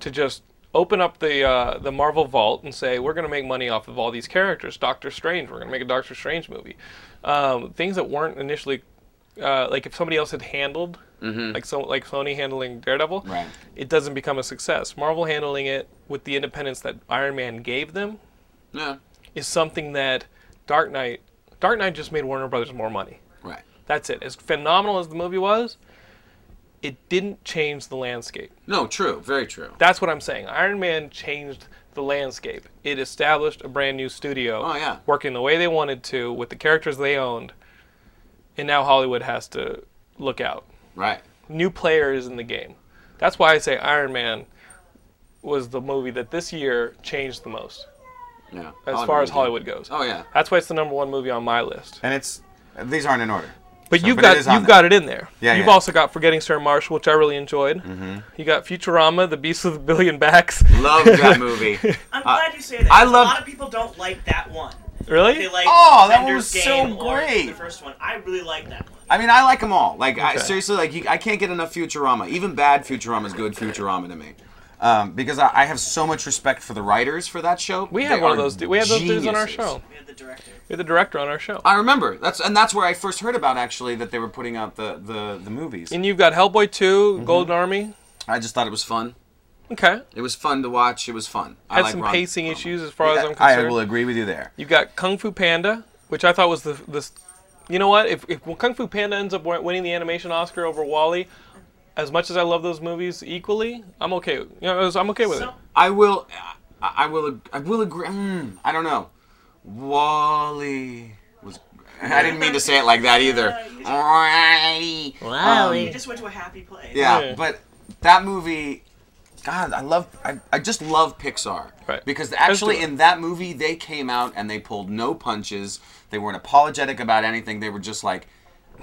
to just open up the uh, the marvel vault and say we're going to make money off of all these characters doctor strange we're going to make a doctor strange movie um, things that weren't initially uh, like if somebody else had handled like so like Sony handling Daredevil, Mm-hmm. Right. it doesn't become a success. Marvel handling it with the independence that Iron Man gave them Yeah. is something that Dark Knight Dark Knight just made Warner Brothers more money. Right. That's it. As phenomenal as the movie was, it didn't change the landscape. No, true. Very true. That's what I'm saying. Iron Man changed the landscape. It established a brand new studio Oh, yeah. working the way they wanted to with the characters they owned. And now Hollywood has to look out Right. new players in the game. That's why I say Iron Man was the movie that this year changed the most Yeah. as I'll far agree as with you. Hollywood goes. Oh, yeah. That's why it's the number one movie on my list. And it's these aren't in order. But So- you've but it got is you've on there. got it in there. Yeah, you've yeah. also got Forgetting Sarah Marshall, which I really enjoyed. You got Futurama, The Beast with a Billion Backs. Love that movie. I'm glad you say that. I 'cause love- A lot of people don't like that one. They really? like Oh, that one Ender's was so Game or great. The first one. I really like that one. I mean, I like them all. Like, I, Okay. seriously, like you, I can't get enough Futurama. Even bad Futurama is good Futurama to me, um, because I, I have so much respect for the writers for that show. We They had one of are those. du- We had those dudes on our geniuses. show. We had the director. We had the director on our show. I remember that's and that's where I first heard about actually that they were putting out the the, the movies. And you've got Hellboy 2, Mm-hmm. Golden Army. I just thought it was fun. Okay. It was fun to watch. It was fun. I Had like some Ron- pacing Ron- issues as far as I'm concerned. I will agree with you there. You've got Kung Fu Panda, which I thought was the the. You know what? If, if Kung Fu Panda ends up win- winning the animation Oscar over Wally, as much as I love those movies equally, I'm okay. You know, I was- I'm okay with So, it. I will. I I will. ag- I will agree. Mm, I don't know. Wally was. I didn't mean to say it like that either. Wally. you Um, just went to a happy place. Yeah, Yeah. but that movie. God, I love. I, I just love Pixar. Right. Because actually, Let's do it. in that movie, they came out and they pulled no punches. They weren't apologetic about anything. They were just like,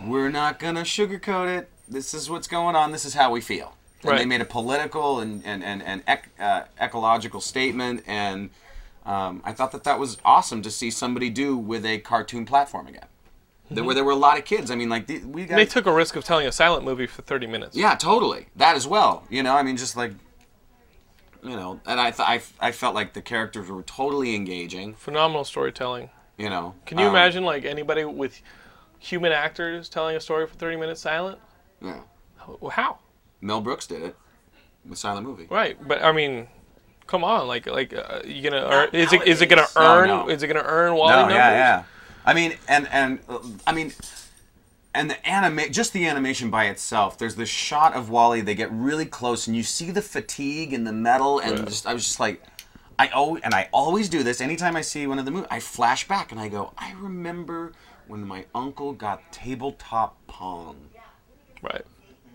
"We're not gonna sugarcoat it. This is what's going on. This is how we feel." And they Right. made a political and and and, and ec- uh, ecological statement, and um, I thought that that was awesome to see somebody do with a cartoon platform again. There were there were a lot of kids. I mean, like the, we got Mm-hmm. They took a risk of telling a silent movie for 30 minutes. yeah, totally. That as well. You know, I mean, just like, you know, and I, th- I, f- I felt like the characters were totally engaging. Phenomenal storytelling. You know, Can you Um, imagine like anybody with human actors telling a story for 30 minutes silent? Yeah. Well, How? Mel Brooks did it with silent movie. Right, but I mean, come on, like like uh, you gonna earn, Not is it is it gonna nowadays. No, earn no. is it gonna earn Wally No, numbers? yeah, yeah. I mean, and and uh, I mean, and the anima- just the animation by itself. There's this shot of Wally. They get really close, and you see the fatigue and the metal, and just I was just like. I always and I always do this. Anytime I see one of the movies, I flash back and I go, I remember when my uncle got tabletop pong. Right.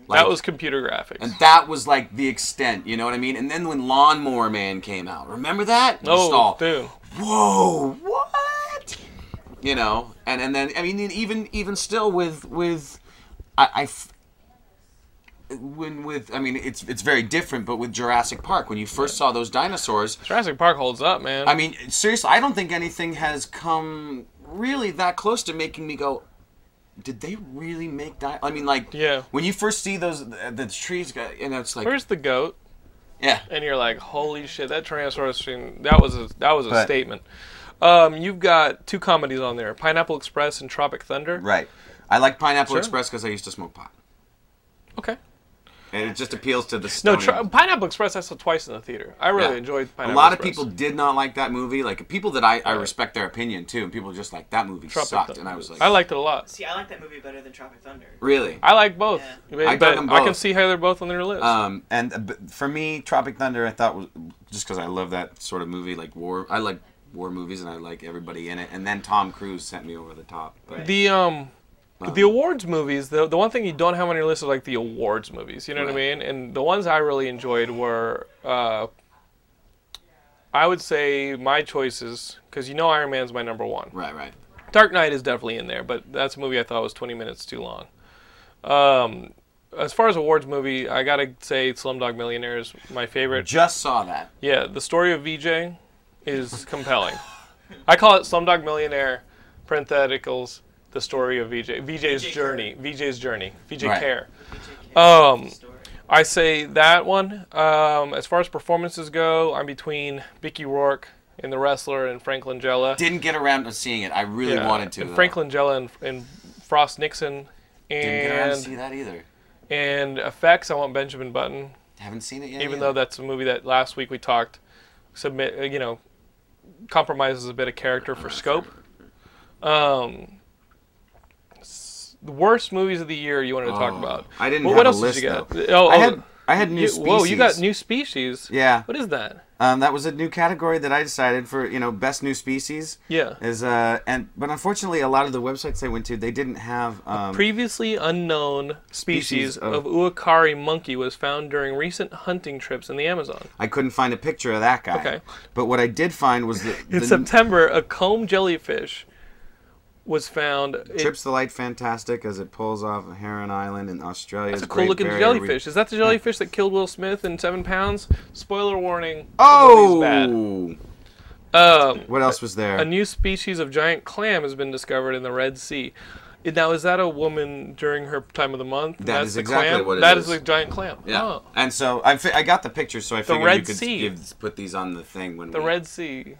Like- that was computer graphics. And that was like the extent, you know what I mean? And then when Lawnmower Man came out, remember that? Just oh, all, dude. whoa what you know and and then i mean even even still with with i, I f- when with i mean it's it's very different but with jurassic park when you first saw those dinosaurs Jurassic Park holds up, man. i mean seriously i don't think anything has come really that close to making me go did they really make di i mean like Yeah. when you first see those the, the trees go- you know it's like Where's the goat? yeah And you're like, holy shit, that transfer scene. That was a that was a Right. statement. Um, you've got two comedies on there, Pineapple Express and Tropic Thunder. right i like pineapple Sure. express because i used to smoke pot Okay. and it just appeals to the No, stony- tr- Pineapple Express. I saw twice in the theater. I really Yeah. enjoyed Pineapple. A lot Express. of people did not like that movie. Like people that I, I Right. respect their opinion too, and people were just like that movie Tropic sucked, Thunder. and I was like, I liked it a lot. See, I like that movie better than Tropic Thunder. really. I like both. Yeah. But I I, dug 'em can both. see how they're both on their list. Um, and uh, but for me, Tropic Thunder, I thought was just because I love that sort of movie, like war. I like war movies, and I like everybody in it. And then Tom Cruise sent me over the top. But the um the awards movies the, the one thing you don't have on your list is like the awards movies you know what i Right. mean and the ones i really enjoyed were uh, i would say my choices because you know iron man's my number one right, right. dark knight is definitely in there but that's a movie i thought was 20 minutes too long um, as far as awards movie i gotta say slumdog millionaire is my favorite Just saw that. yeah the story of vj is compelling i call it slumdog millionaire parentheticals the story of vj vj's VJ journey vj's journey vj Right. care Um, i say that one um, as far as performances go i'm between bicky rourke in the wrestler and frank langella Didn't get around to seeing it. I really Yeah, wanted to. and though. frank langella and, and frost nixon Didn't get around to see and that either. and effects i want benjamin button Haven't seen it yet. even either. though that's a movie that last week we talked submit uh, you know compromises a bit of character for scope um s- the worst movies of the year you wanted to talk Oh, about I didn't Well, have what a else did you list, got though. oh, I oh, had- I had New you, whoa you got Species. new species Yeah. what is that Um, that was a new category that I decided for you know best new species. Yeah. Is uh and but unfortunately a lot of the websites I went to they didn't have um previously unknown species, Species of- of, uakari monkey was found during recent hunting trips in the amazon I couldn't find a picture of that guy. Okay. But what I did find was the, in the september a comb jellyfish was found. It- Trips the light fantastic as it pulls off of Heron Island in Australia. That's a cool looking jellyfish. Is that the jellyfish that killed Will Smith in Seven Pounds? Spoiler warning. oh! the movie's bad. Um, What else was there? a new species of giant clam has been discovered in the Red Sea. Now, is that a woman during her time of the month? That is the exactly clam? what it That is. is a giant clam. yeah. Oh, And so I, fi- I got the picture, so I figured you Red could Sea. give, put these on the thing when the we, Red Sea.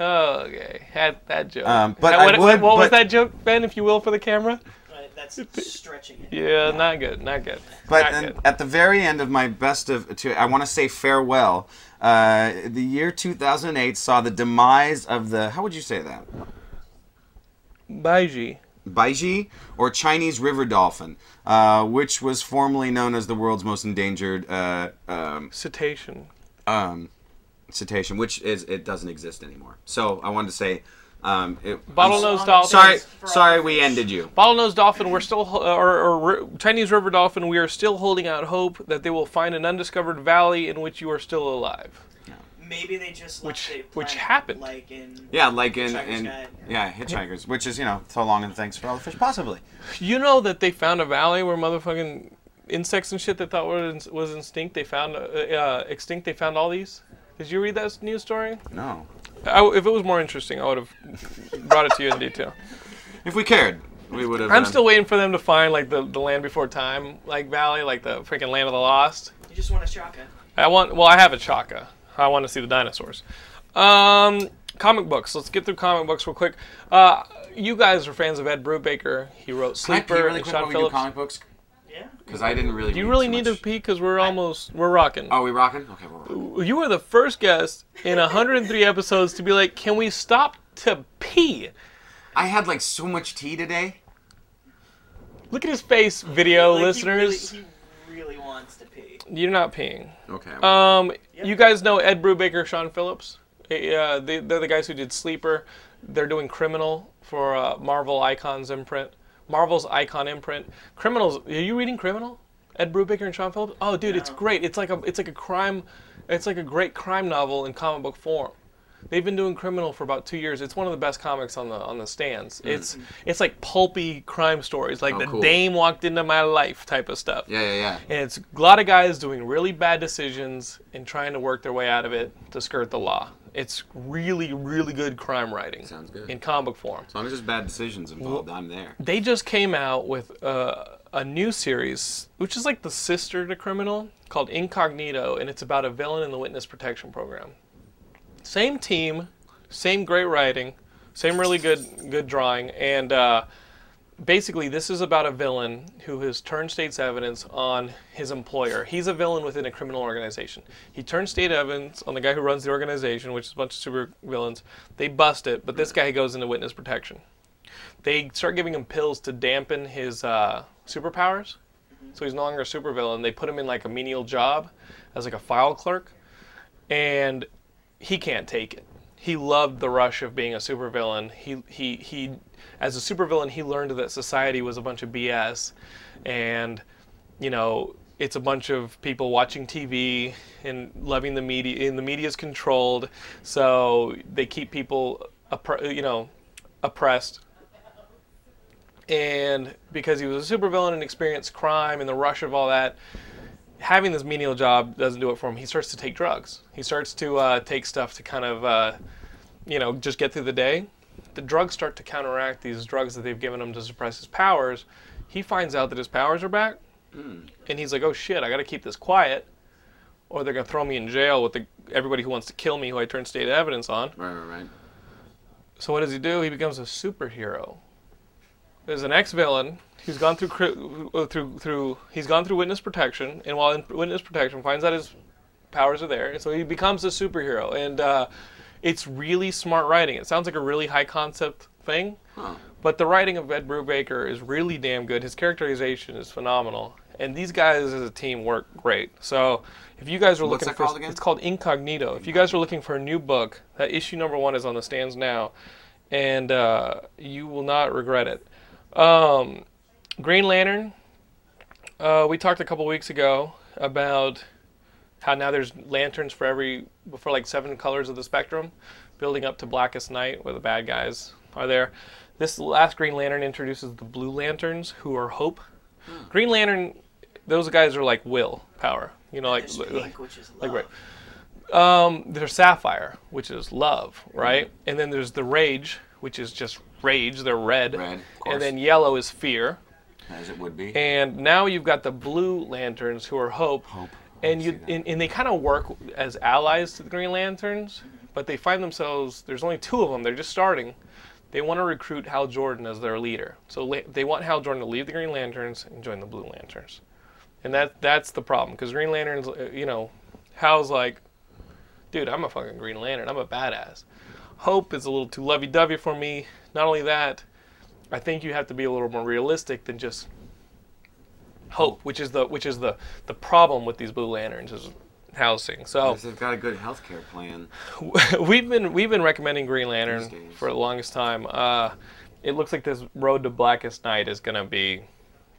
Oh, okay. Had that joke. Um, but That- I what, would- what was but- that joke, Ben? If you will, for the camera. Right, that's stretching it. Yeah, not good. Not good. But not then good. at the very end of my best of, to, I want to say farewell. Uh, the year 2008 saw the demise of the, how would you say that? Baiji. Baiji, or Chinese river dolphin, uh, which was formerly known as the world's most endangered uh, um, Cetacean. um, cetacean, which is it doesn't exist anymore. So I wanted to say, um, it, I'm Bottlenose s- dolphin. Sorry, For all sorry, the we fish. ended you. Bottlenose dolphin, we're still, ho- or, or ri- Chinese river dolphin, we are still holding out hope that they will find an undiscovered valley in which you are still alive. Maybe they just Which- left the which planet, happened. Like in Yeah, like in, Hitchhiker's in Guide. yeah, hitchhikers, which is you know so long and thanks for all the fish possibly. You know that they found a valley where motherfucking insects and shit they thought was, was extinct. They found uh, uh, extinct. They found all these. Did you read that s- news story? No, I w if it was more interesting, I would have brought it to you in detail. if we cared, we would have. uh, I'm done. still waiting for them to find like the, the land before time, like valley, like the freaking land of the lost. You just want a shotgun. I want. Well, I have a Chaka. I want to see the dinosaurs. Um, comic books. Let's get through comic books real quick. Uh, you guys are fans of Ed Brubaker. He wrote Can I pee Sleeper really and quick Sean when we do Phillips. comic books? Yeah. Because I didn't really. Do you read really too need much. Oh. to pee? Cause we're almost we're rocking. Are we rocking? Okay, we're rocking. You were the first guest in 103 episodes to be like, "Can we stop to pee?" I had like so much tea today. Look at his face, video Like, he listeners. really- He really, wants to pee. You're not peeing. Okay. Um, you guys know Ed Brubaker, Sean Phillips. Uh, they, they're the guys who did Sleeper. They're doing Criminal for uh, Marvel Icons imprint. Marvel's Icon imprint. Criminals. Are you reading Criminal? Ed Brubaker and Sean Phillips. Oh, dude, it's No. great. It's like a it's like a crime, it's like a great crime novel in comic book form. They've been doing Criminal for about two years. It's one of the best comics on the on the stands. It's it's like pulpy crime stories, like Oh, the cool. dame walked into my life type of stuff yeah, yeah, yeah. and it's a lot of guys doing really bad decisions and trying to work their way out of it to skirt the law. It's really, really good crime writing. Sounds good. In comic form. As long as there's bad decisions involved, I'm there. They just came out with uh, a new series, which is like the sister to Criminal, called Incognito, and it's about a villain in the witness protection program. Same team, same great writing, same really good good drawing, and uh, basically this is about a villain who has turned state's evidence on his employer. He's a villain within a criminal organization. He turns state evidence on the guy who runs the organization, which is a bunch of super villains. They bust it, but this guy goes into witness protection they start giving him pills to dampen his uh, superpowers. So he's no longer a supervillain. They put him in like a menial job as like a file clerk, and he can't take it. He loved the rush of being a supervillain. He he he as a supervillain, he learned that society was a bunch of BS and you know, it's a bunch of people watching TV and loving the media and the media is controlled. So they keep people oppre- you know, oppressed and because he was a supervillain and experienced crime and the rush of all that, having this menial job doesn't do it for him. He starts to take drugs. He starts to uh, take stuff to kind of, uh, you know, just get through the day. The drugs start to counteract these drugs that they've given him to suppress his powers. He finds out that his powers are back, and he's like, "Oh shit! I got to keep this quiet, or they're gonna throw me in jail with the, everybody who wants to kill me, who I turned state evidence on." Right, right, right. So what does he do? He becomes a superhero. There's an ex-villain who's gone through cri- uh, through through he's gone through witness protection, and while in witness protection, finds out his powers are there, and so he becomes a superhero. And uh, it's really smart writing. It sounds like a really high concept thing, but the writing of Ed Brubaker is really damn good. His characterization is phenomenal, and these guys as a team work great. So if you guys are What's looking that for, called again? it's called Incognito. If you guys are looking for a new book, that issue number one is on the stands now, and uh, you will not regret it. Um, Green Lantern. Uh, we talked a couple weeks ago about how now there's lanterns for every for like seven colors of the spectrum, building up to Blackest Night, where the bad guys are there. This last Green Lantern introduces the Blue Lanterns, who are Hope. Hmm. Green Lantern, those guys are like will power. You know, like There's like- pink, which is love. like right. Um, there's sapphire, which is love, right? And then there's the rage, which is just rage. They're red. Red, of course. and then yellow is fear. as it would be. And now you've got the blue lanterns who are hope. Hope. And see you that. and, and they kind of work as allies to the Green Lanterns, but they find themselves there's only two of them. They're just starting. They want to recruit Hal Jordan as their leader. So la- they want Hal Jordan to leave the Green Lanterns and join the Blue Lanterns. And that that's the problem because Green Lanterns, uh, you know, Hal's like, dude, I'm a fucking Green Lantern. I'm a badass. Hope is a little too lovey-dovey for me. Not only that, I think you have to be a little more realistic than just hope, which is the which is the the problem with these blue lanterns is housing. So Because they've got a good healthcare plan. we've been we've been recommending Green Lantern These days. for the longest time. Uh, it looks like this Road to Blackest Night is gonna be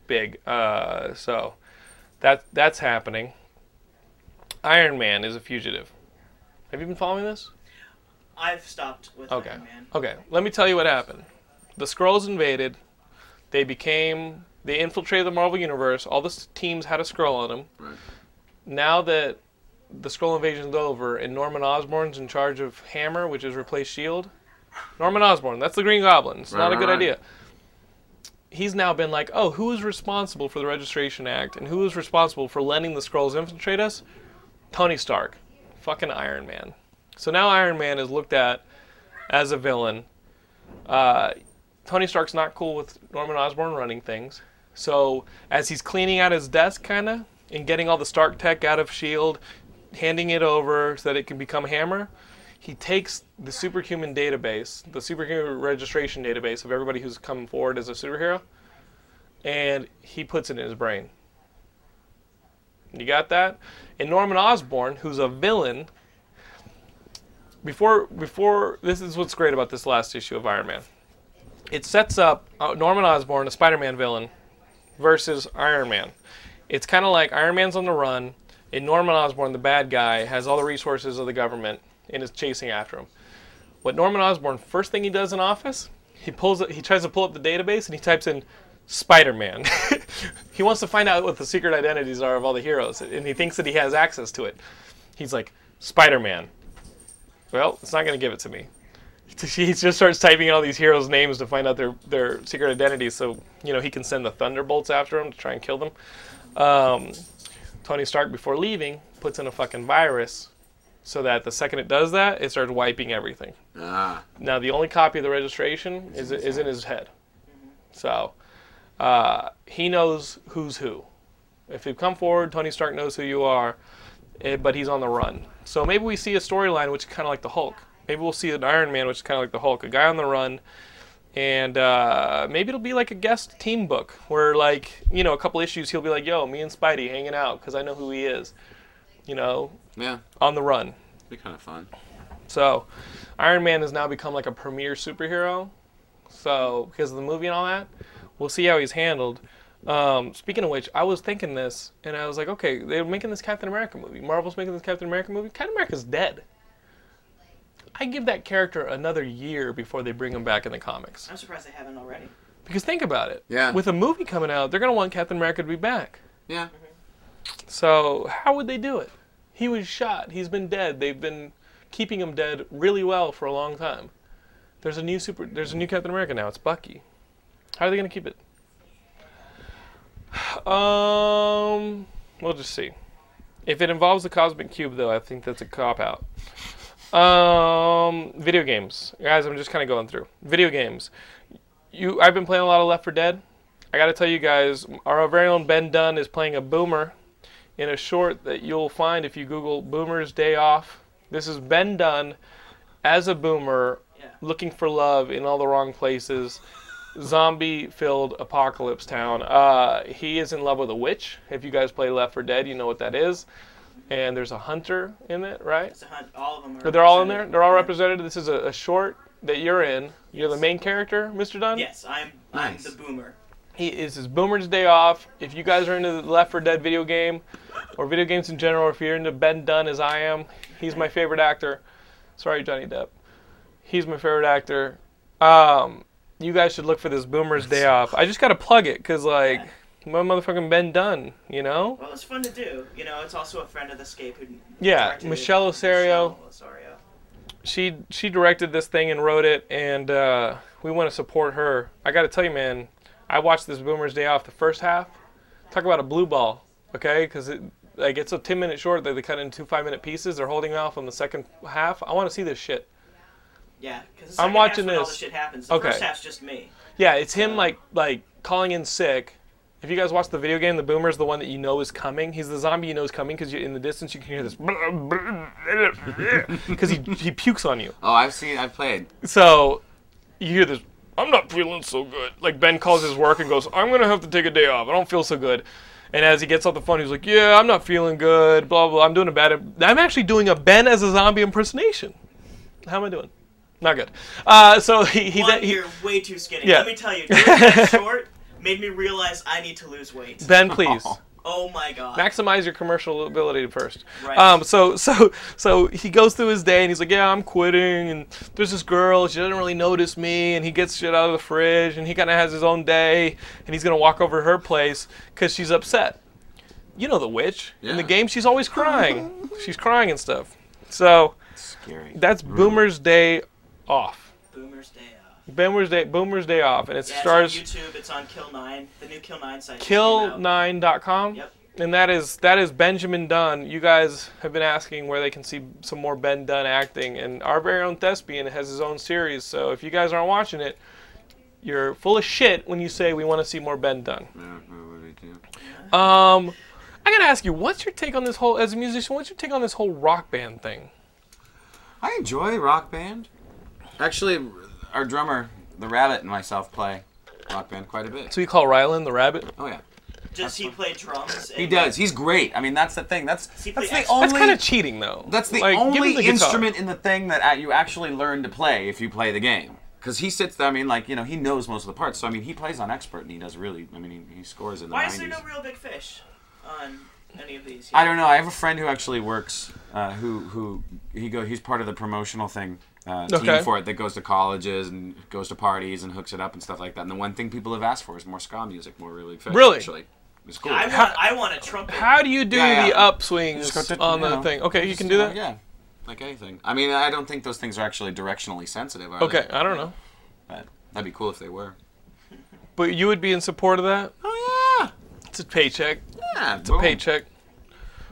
big. Uh, so that that's happening. Iron Man is a fugitive. Have you been following this? I've stopped with Okay. Oh. Iron Man. Okay. Let me tell you what happened. The Skrulls invaded. They became. They infiltrated the Marvel universe. All the s- teams had a Skrull on them. Right. Now that the Skrull invasion's over and Norman Osborn's in charge of Hammer, which has replaced Shield, E Norman Osborn. That's the Green Goblin. It's not Right, a good right, right. idea. He's now been like, oh, who is responsible for the Registration Act and who is responsible for letting the Skrulls infiltrate us? Tony Stark, fucking Iron Man. So now Iron Man is looked at as a villain. Uh, Tony Stark's not cool with Norman Osborn running things. So as he's cleaning out his desk, kind of, and getting all the Stark tech out of S.H.I.E.L.D., E handing it over so that it can become Hammer, he takes the superhuman database, the superhuman registration database of everybody who's come forward as a superhero, and he puts it in his brain. You got that? And Norman Osborn, who's a villain, before before this is what's great about this last issue of Iron Man. It sets up uh, Norman Osborn, a Spider-Man villain, versus Iron Man. It's kind of like Iron Man's on the run, and Norman Osborn, the bad guy, has all the resources of the government and is chasing after him. What Norman Osborn first thing he does in office, he pulls it, he tries to pull up the database and he types in Spider-Man. he wants to find out what the secret identities are of all the heroes, and he thinks that he has access to it. He's like Spider-Man. Well, it's not going to give it to me. He just starts typing in all these heroes' names to find out their, their secret identities, so you know he can send the thunderbolts after him to try and kill them. Um, Tony Stark, before leaving, puts in a fucking virus, so that the second it does that, it starts wiping everything. Ah, Now the only copy of the registration is is in his Mm-hmm. head, so uh, he knows who's who. If you come forward, Tony Stark knows who you are, eh, but he's on the run. So maybe we see a storyline which is kind of like the Hulk. Maybe we'll see an Iron Man which is kind of like the Hulk, a guy on the run, and uh, maybe it'll be like a guest team book where like you know a couple issues he'll be like, "Yo, me and Spidey hanging out because I know who he is," you know, yeah, on the run. be kind of fun. So, Iron Man has now become like a premier superhero. So, because of the movie and all that, we'll see how he's handled. Um, speaking of which, I was thinking this, and I was like, okay, they're making this Captain America movie. Marvel's making this Captain America movie. Captain America's dead. I give that character another year before they bring him back in the comics. I'm surprised they haven't already. Because think about it. Yeah. With a movie coming out, they're gonna want Captain America to be back. Yeah, Mm-hmm. So how would they do it? He was shot. He's been dead. They've been keeping him dead really well for a long time. There's a new super. There's a new Captain America now. It's Bucky. How are they gonna keep it? Um, we'll just see. If it involves the cosmic cube, though, I think that's a cop out. Um, video games, guys. I'm just kind of going through video games. You, I've been playing a lot of Left 4 Dead. I gotta tell you guys, our very own Ben Dunn is playing a boomer in a short that you'll find if you Google "Boomer's Day Off." This is Ben Dunn as a boomer Yeah. looking for love in all the wrong places, zombie-filled apocalypse town. Uh, he is in love with a witch. If you guys play Left 4 Dead, you know what that is. And there's a hunter in it, right? It's a hunt. All of them are. But they're all in there. represented. They're all Yeah. represented. This is a, a short that you're in. You're the main character, Mr. Dunn. Yes, I'm. Nice. I'm the boomer. He is his Boomer's Day Off. If you guys are into the Left 4 Dead video game, or video games in general, or if you're into Ben Dunn as I am, he's my favorite actor. Sorry, Johnny Depp. He's my favorite actor. Um, you guys should look for this Boomer's Day Off. I just gotta plug it because like my motherfucking Ben Dunn, you know. Well, it's fun to do. You know, it's also a friend of the Scape who. Yeah, directed it. Michelle Osario. Michelle Osario. She she directed this thing and wrote it, and uh, we want to support her. I gotta tell you, man, I watched this Boomer's Day Off the first half. Talk about a blue ball, okay? Because it like it's a ten minute short that they cut into five minute pieces. They're holding off on the second half. I want to see this shit. Yeah, because I'm watching When all this. this shit happens. The Okay. first half's just me. Yeah, it's him like like calling in sick. If you guys watch the video game, the boomer's the one that you know is coming. He's the zombie you know is coming because in the distance you can hear this because he he pukes on you. Oh, I've seen. I've played. So you hear this. I'm not feeling so good. Like Ben calls his work and goes, I'm gonna have to take a day off. I don't feel so good. And as he gets off the phone, he's like, Yeah, I'm not feeling good. Blah blah. blah. I'm doing a bad. I'm actually doing a Ben as a zombie impersonation. How am I doing? Not good. Uh, so he he, One, he you're way too skinny. Yeah. Let me tell you, doing that short made me realize I need to lose weight. Ben, please. oh my god. maximize your commercial ability first. Right. Um, so so so he goes through his day and he's like, yeah, I'm quitting. And there's this girl, she doesn't really notice me. And he gets shit out of the fridge and he kind of has his own day. And he's gonna walk over to her place because she's upset. You know the witch in the Yeah. game. She's always crying. she's crying and stuff. So Scary. that's Boomer's day off. Boomer's Day Off. Boomer's day. Boomer's day off, and it Yeah, stars it's on YouTube. It's on Kill Nine, the new Kill Nine site. just came out. kill9.com Yep. and that is that is benjamin dunn you guys have been asking where they can see some more ben dunn acting and our very own thespian has his own series so if you guys aren't watching it you're full of shit when you say we want to see more ben dunn I don't know what it is. um i gotta ask you what's your take on this whole as a musician what's your take on this whole rock band thing I enjoy Rock Band. Actually, our drummer, the Rabbit, and myself play Rock Band quite a bit. so you call rylan the rabbit Oh yeah, Does he play drums? he does. He's great. I mean, that's the thing. That's he that's play the X? only. that's kind of cheating though That's the Like, give him only the guitar. instrument in the thing that uh, you actually learn to play if you play the game. Because he sits there, I mean, like, you know, he knows most of the parts. So, I mean, he plays on expert and he does really, I mean, he, he scores in the Why 90s. is there no real big fish on any of these? I don't know. I have a friend who actually works, uh, who, who, he go, he's part of the promotional thing. Uh, Okay. Team for it that goes to colleges and goes to parties and hooks it up and stuff like that. And the one thing people have asked for is more ska music, more really. Fish, Really? Actually. It's cool. I want. I want a trumpet. how do you do Yeah, yeah. the upswings Just go to- on you the know, thing okay you can Just, do uh, that Yeah. Like anything. I mean, I don't think those things are actually directionally sensitive. Are okay uh, They? i don't know But that'd be cool if they were. But you would be in support of that? Oh It's a paycheck. yeah, yeah. Oh. It's Paycheck.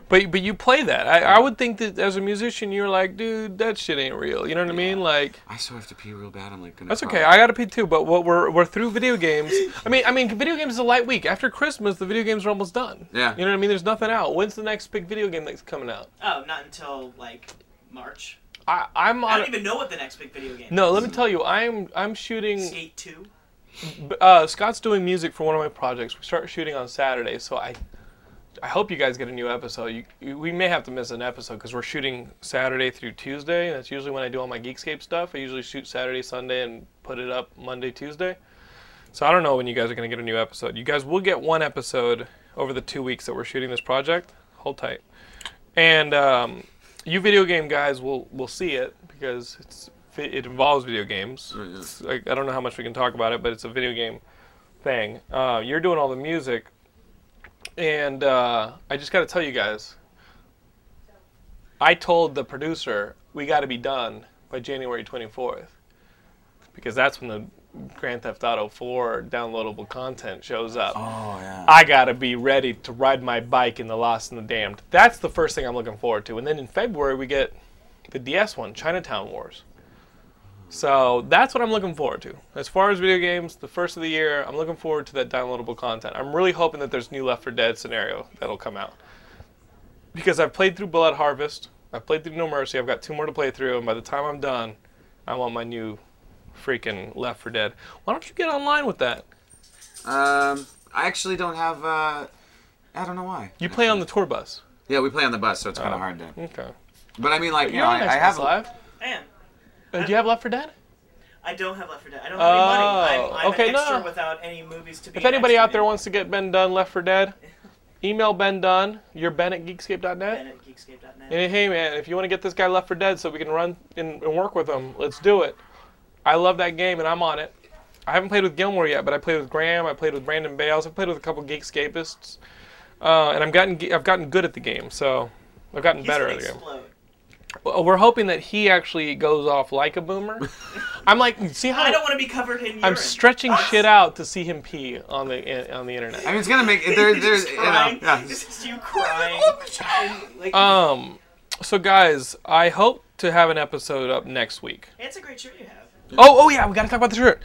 But but you play that. I, I would think that as a musician you're like, dude, that shit ain't real. You know what I mean? Like I still have to pee real bad. I'm like gonna. that's cry. okay. Uh-huh. I gotta pay too, but what we're we're through video games. I mean I mean video games is a light week. After Christmas the video games are almost done. Yeah. You know what I mean? There's nothing out. When's the next big video game that's coming out? Oh, not until like March. I, I'm I on don't even know what the next big video game. No, let me tell you, I'm I'm is. shooting Skate Two. uh, Scott's doing music for one of my projects. We start shooting on Saturday, so I I hope you guys get a new episode. You, you, we may have to miss an episode because we're shooting Saturday through Tuesday. and That's usually when I do all my Geekscape stuff. I usually shoot Saturday, Sunday, and put it up Monday, Tuesday. So I don't know when you guys are going to get a new episode. You guys will get one episode over the two weeks that we're shooting this project. Hold tight. And um, you video game guys will, will see it because it's it involves video games. It's like, I don't know how much we can talk about it, but it's a video game thing. Uh, you're doing all the music. And uh, I just got to tell you guys, I told the producer we got to be done by January 24th because that's when the Grand Theft Auto 4 downloadable content shows up. Oh yeah. I got to be ready to ride my bike in The Lost and the Damned. That's the first thing I'm looking forward to. And then in February, we get the DS one, Chinatown Wars. So that's what I'm looking forward to. As far as video games, the first of the year, I'm looking forward to that downloadable content. I'm really hoping that there's new Left 4 Dead scenario that'll come out. Because I've played through Blood Harvest, I've played through No Mercy, I've got two more to play through, and by the time I'm done, I want my new freaking Left 4 Dead. Why don't you get online with that? um, I actually don't have. Uh, I don't know why. You play on the tour bus. Yeah, we play on the bus, so it's kind of hard to. Okay. But I mean, like you You're know, on I, I have. Xbox Live. And Uh, do you have Left for Dead? I don't have Left 4 Dead. I don't have any money. Oh, I'm, I'm okay, an extra no. without any movies to be. If an anybody extra out there in. wants to get Ben Dunn Left for Dead, email Ben Dunn. You're Ben at Ben Geekscape.net. at geekscape.net. And hey man, if you want to get this guy Left for Dead so we can run and, and work with him, let's do it. I love that game and I'm on it. I haven't played with Gilmore yet, but I played with Graham. I played with Brandon Bales. I've played with a couple Geekscapists, uh, and I've gotten I've gotten good at the game. So I've gotten He's better gonna at the game. explode. Well, we're hoping that he actually goes off like a boomer. I'm like, see how I don't want to be covered in urine. I'm stretching shit out to see him pee on the on the I internet. mean, it's gonna make there, there's, Just you know, crying. yeah. Just you crying. And, like, Um, so guys, I hope to have an episode up next week. it's a great shirt you have. Oh, oh yeah, we gotta talk about the shirt.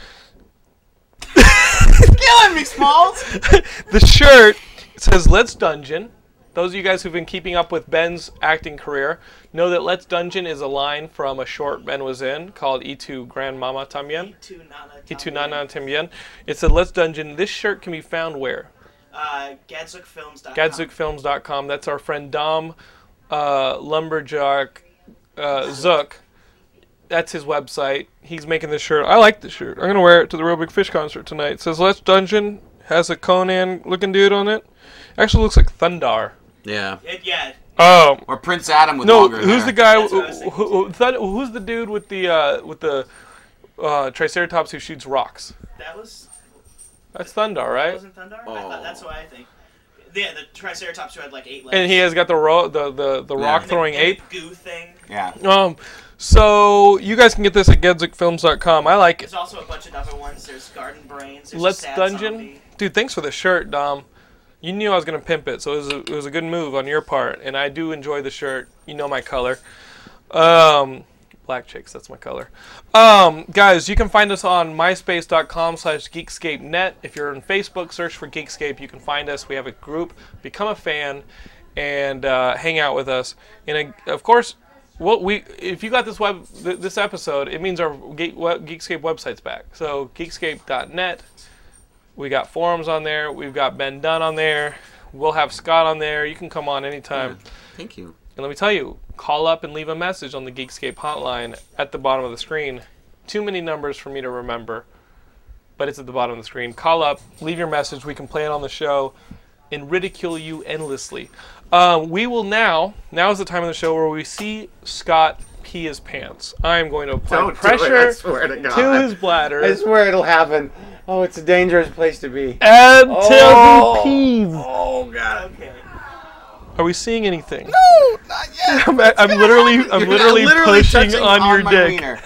killing me, Smalls. The shirt says "Let's Dungeon." Those of you guys who've been keeping up with Ben's acting career know that "Let's Dungeon" is a line from a short Ben was in called "Itu Grandmama También." Two Nana. "Itu Nana También." It said "Let's Dungeon." This shirt can be found where? Uh, GadzookFilms.com. GadzookFilms.com. That's our friend Dom uh, Lumberjack uh, Zook. That's his website. He's making this shirt. I like the shirt. I'm gonna wear it to the Real Big Fish concert tonight. It says "Let's Dungeon." Has a Conan looking dude on it. Actually looks like Thundar. Yeah. It, yeah. Oh Or Prince Adam with no! longer Who's hair. the guy? That's what I was Who, thinking, who- Thun- who's the dude with the uh, with the uh, Triceratops who shoots rocks? That was That's Thundar, right? wasn't Thundar. I thought that's what I think. Yeah, the Triceratops who had like eight legs. And he has got the ro- the the, the rock And the- throwing and ape. The goo thing. Yeah. Um, so you guys can get this at gedzikfilms.com. I like it. There's also a bunch of other ones. There's Garden Brains. There's Let's Sad Dungeon. Zombie. Dude, thanks for the shirt, Dom. You knew I was gonna pimp it, so it was a, it was a good move on your part, and I do enjoy the shirt. You know my color. Um, black chicks, that's my color. Um, guys, you can find us on myspace.com slash geekscape.net. If you're on Facebook, search for Geekscape. You can find us. We have a group. Become a fan and uh, hang out with us. And uh, of course, what we if you got this web th- this episode, it means our Geek, web, Geekscape website's back. So geekscape.net. We got forums on there. We've got Ben Dunn on there. We'll have Scott on there. You can come on anytime. Thank you. And let me tell you, call up and leave a message on the Geekscape hotline at the bottom of the screen. Too many numbers for me to remember, but it's at the bottom of the screen. Call up, leave your message. We can play it on the show and ridicule you endlessly. Uh, we will now, now is the time of the show where we see Scott pee his pants. I am going to apply Don't do it, I pressure swear to God. his bladder I swear it'll happen. Oh, it's a dangerous place to be. until Oh. he pees. Oh God. Okay. Are we seeing anything? No, not yet. I'm, I'm literally, I'm You're literally, pushing touching on, your my dick. wiener.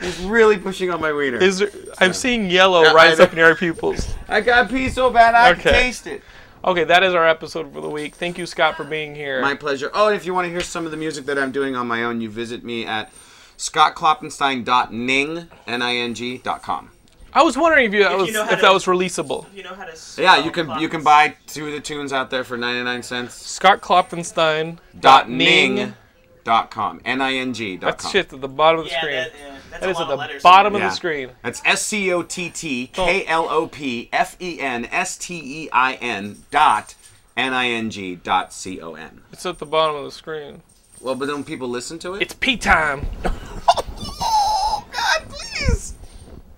It's really pushing on my wiener. Is there, I'm seeing yellow Yeah, rise I up in your pupils. I got pee so bad I can Okay. taste it. Okay, that is our episode for the week. Thank you, Scott, for being here. My pleasure. Oh, and if you want to hear some of the music that I'm doing on my own, you visit me at scottkloppenstein.ning, N-I-N-G, dot com. I was wondering if you, that you was, know how if to- that was releasable. You know how to. Yeah, spell you can you can clocks. buy two of the tunes out there for 99 cents. Scott Klopfenstein Dot ning dot com. N-I-N-G dot That's com. shit at the bottom of the Yeah, screen. that, yeah, that's that a is lot at of the letters. bottom of Yeah. the screen. That's S C O T T K L O P F E N S T E I N dot N I N G dot C O N. It's at the bottom of the screen. Well, but don't people listen to it? It's pee time.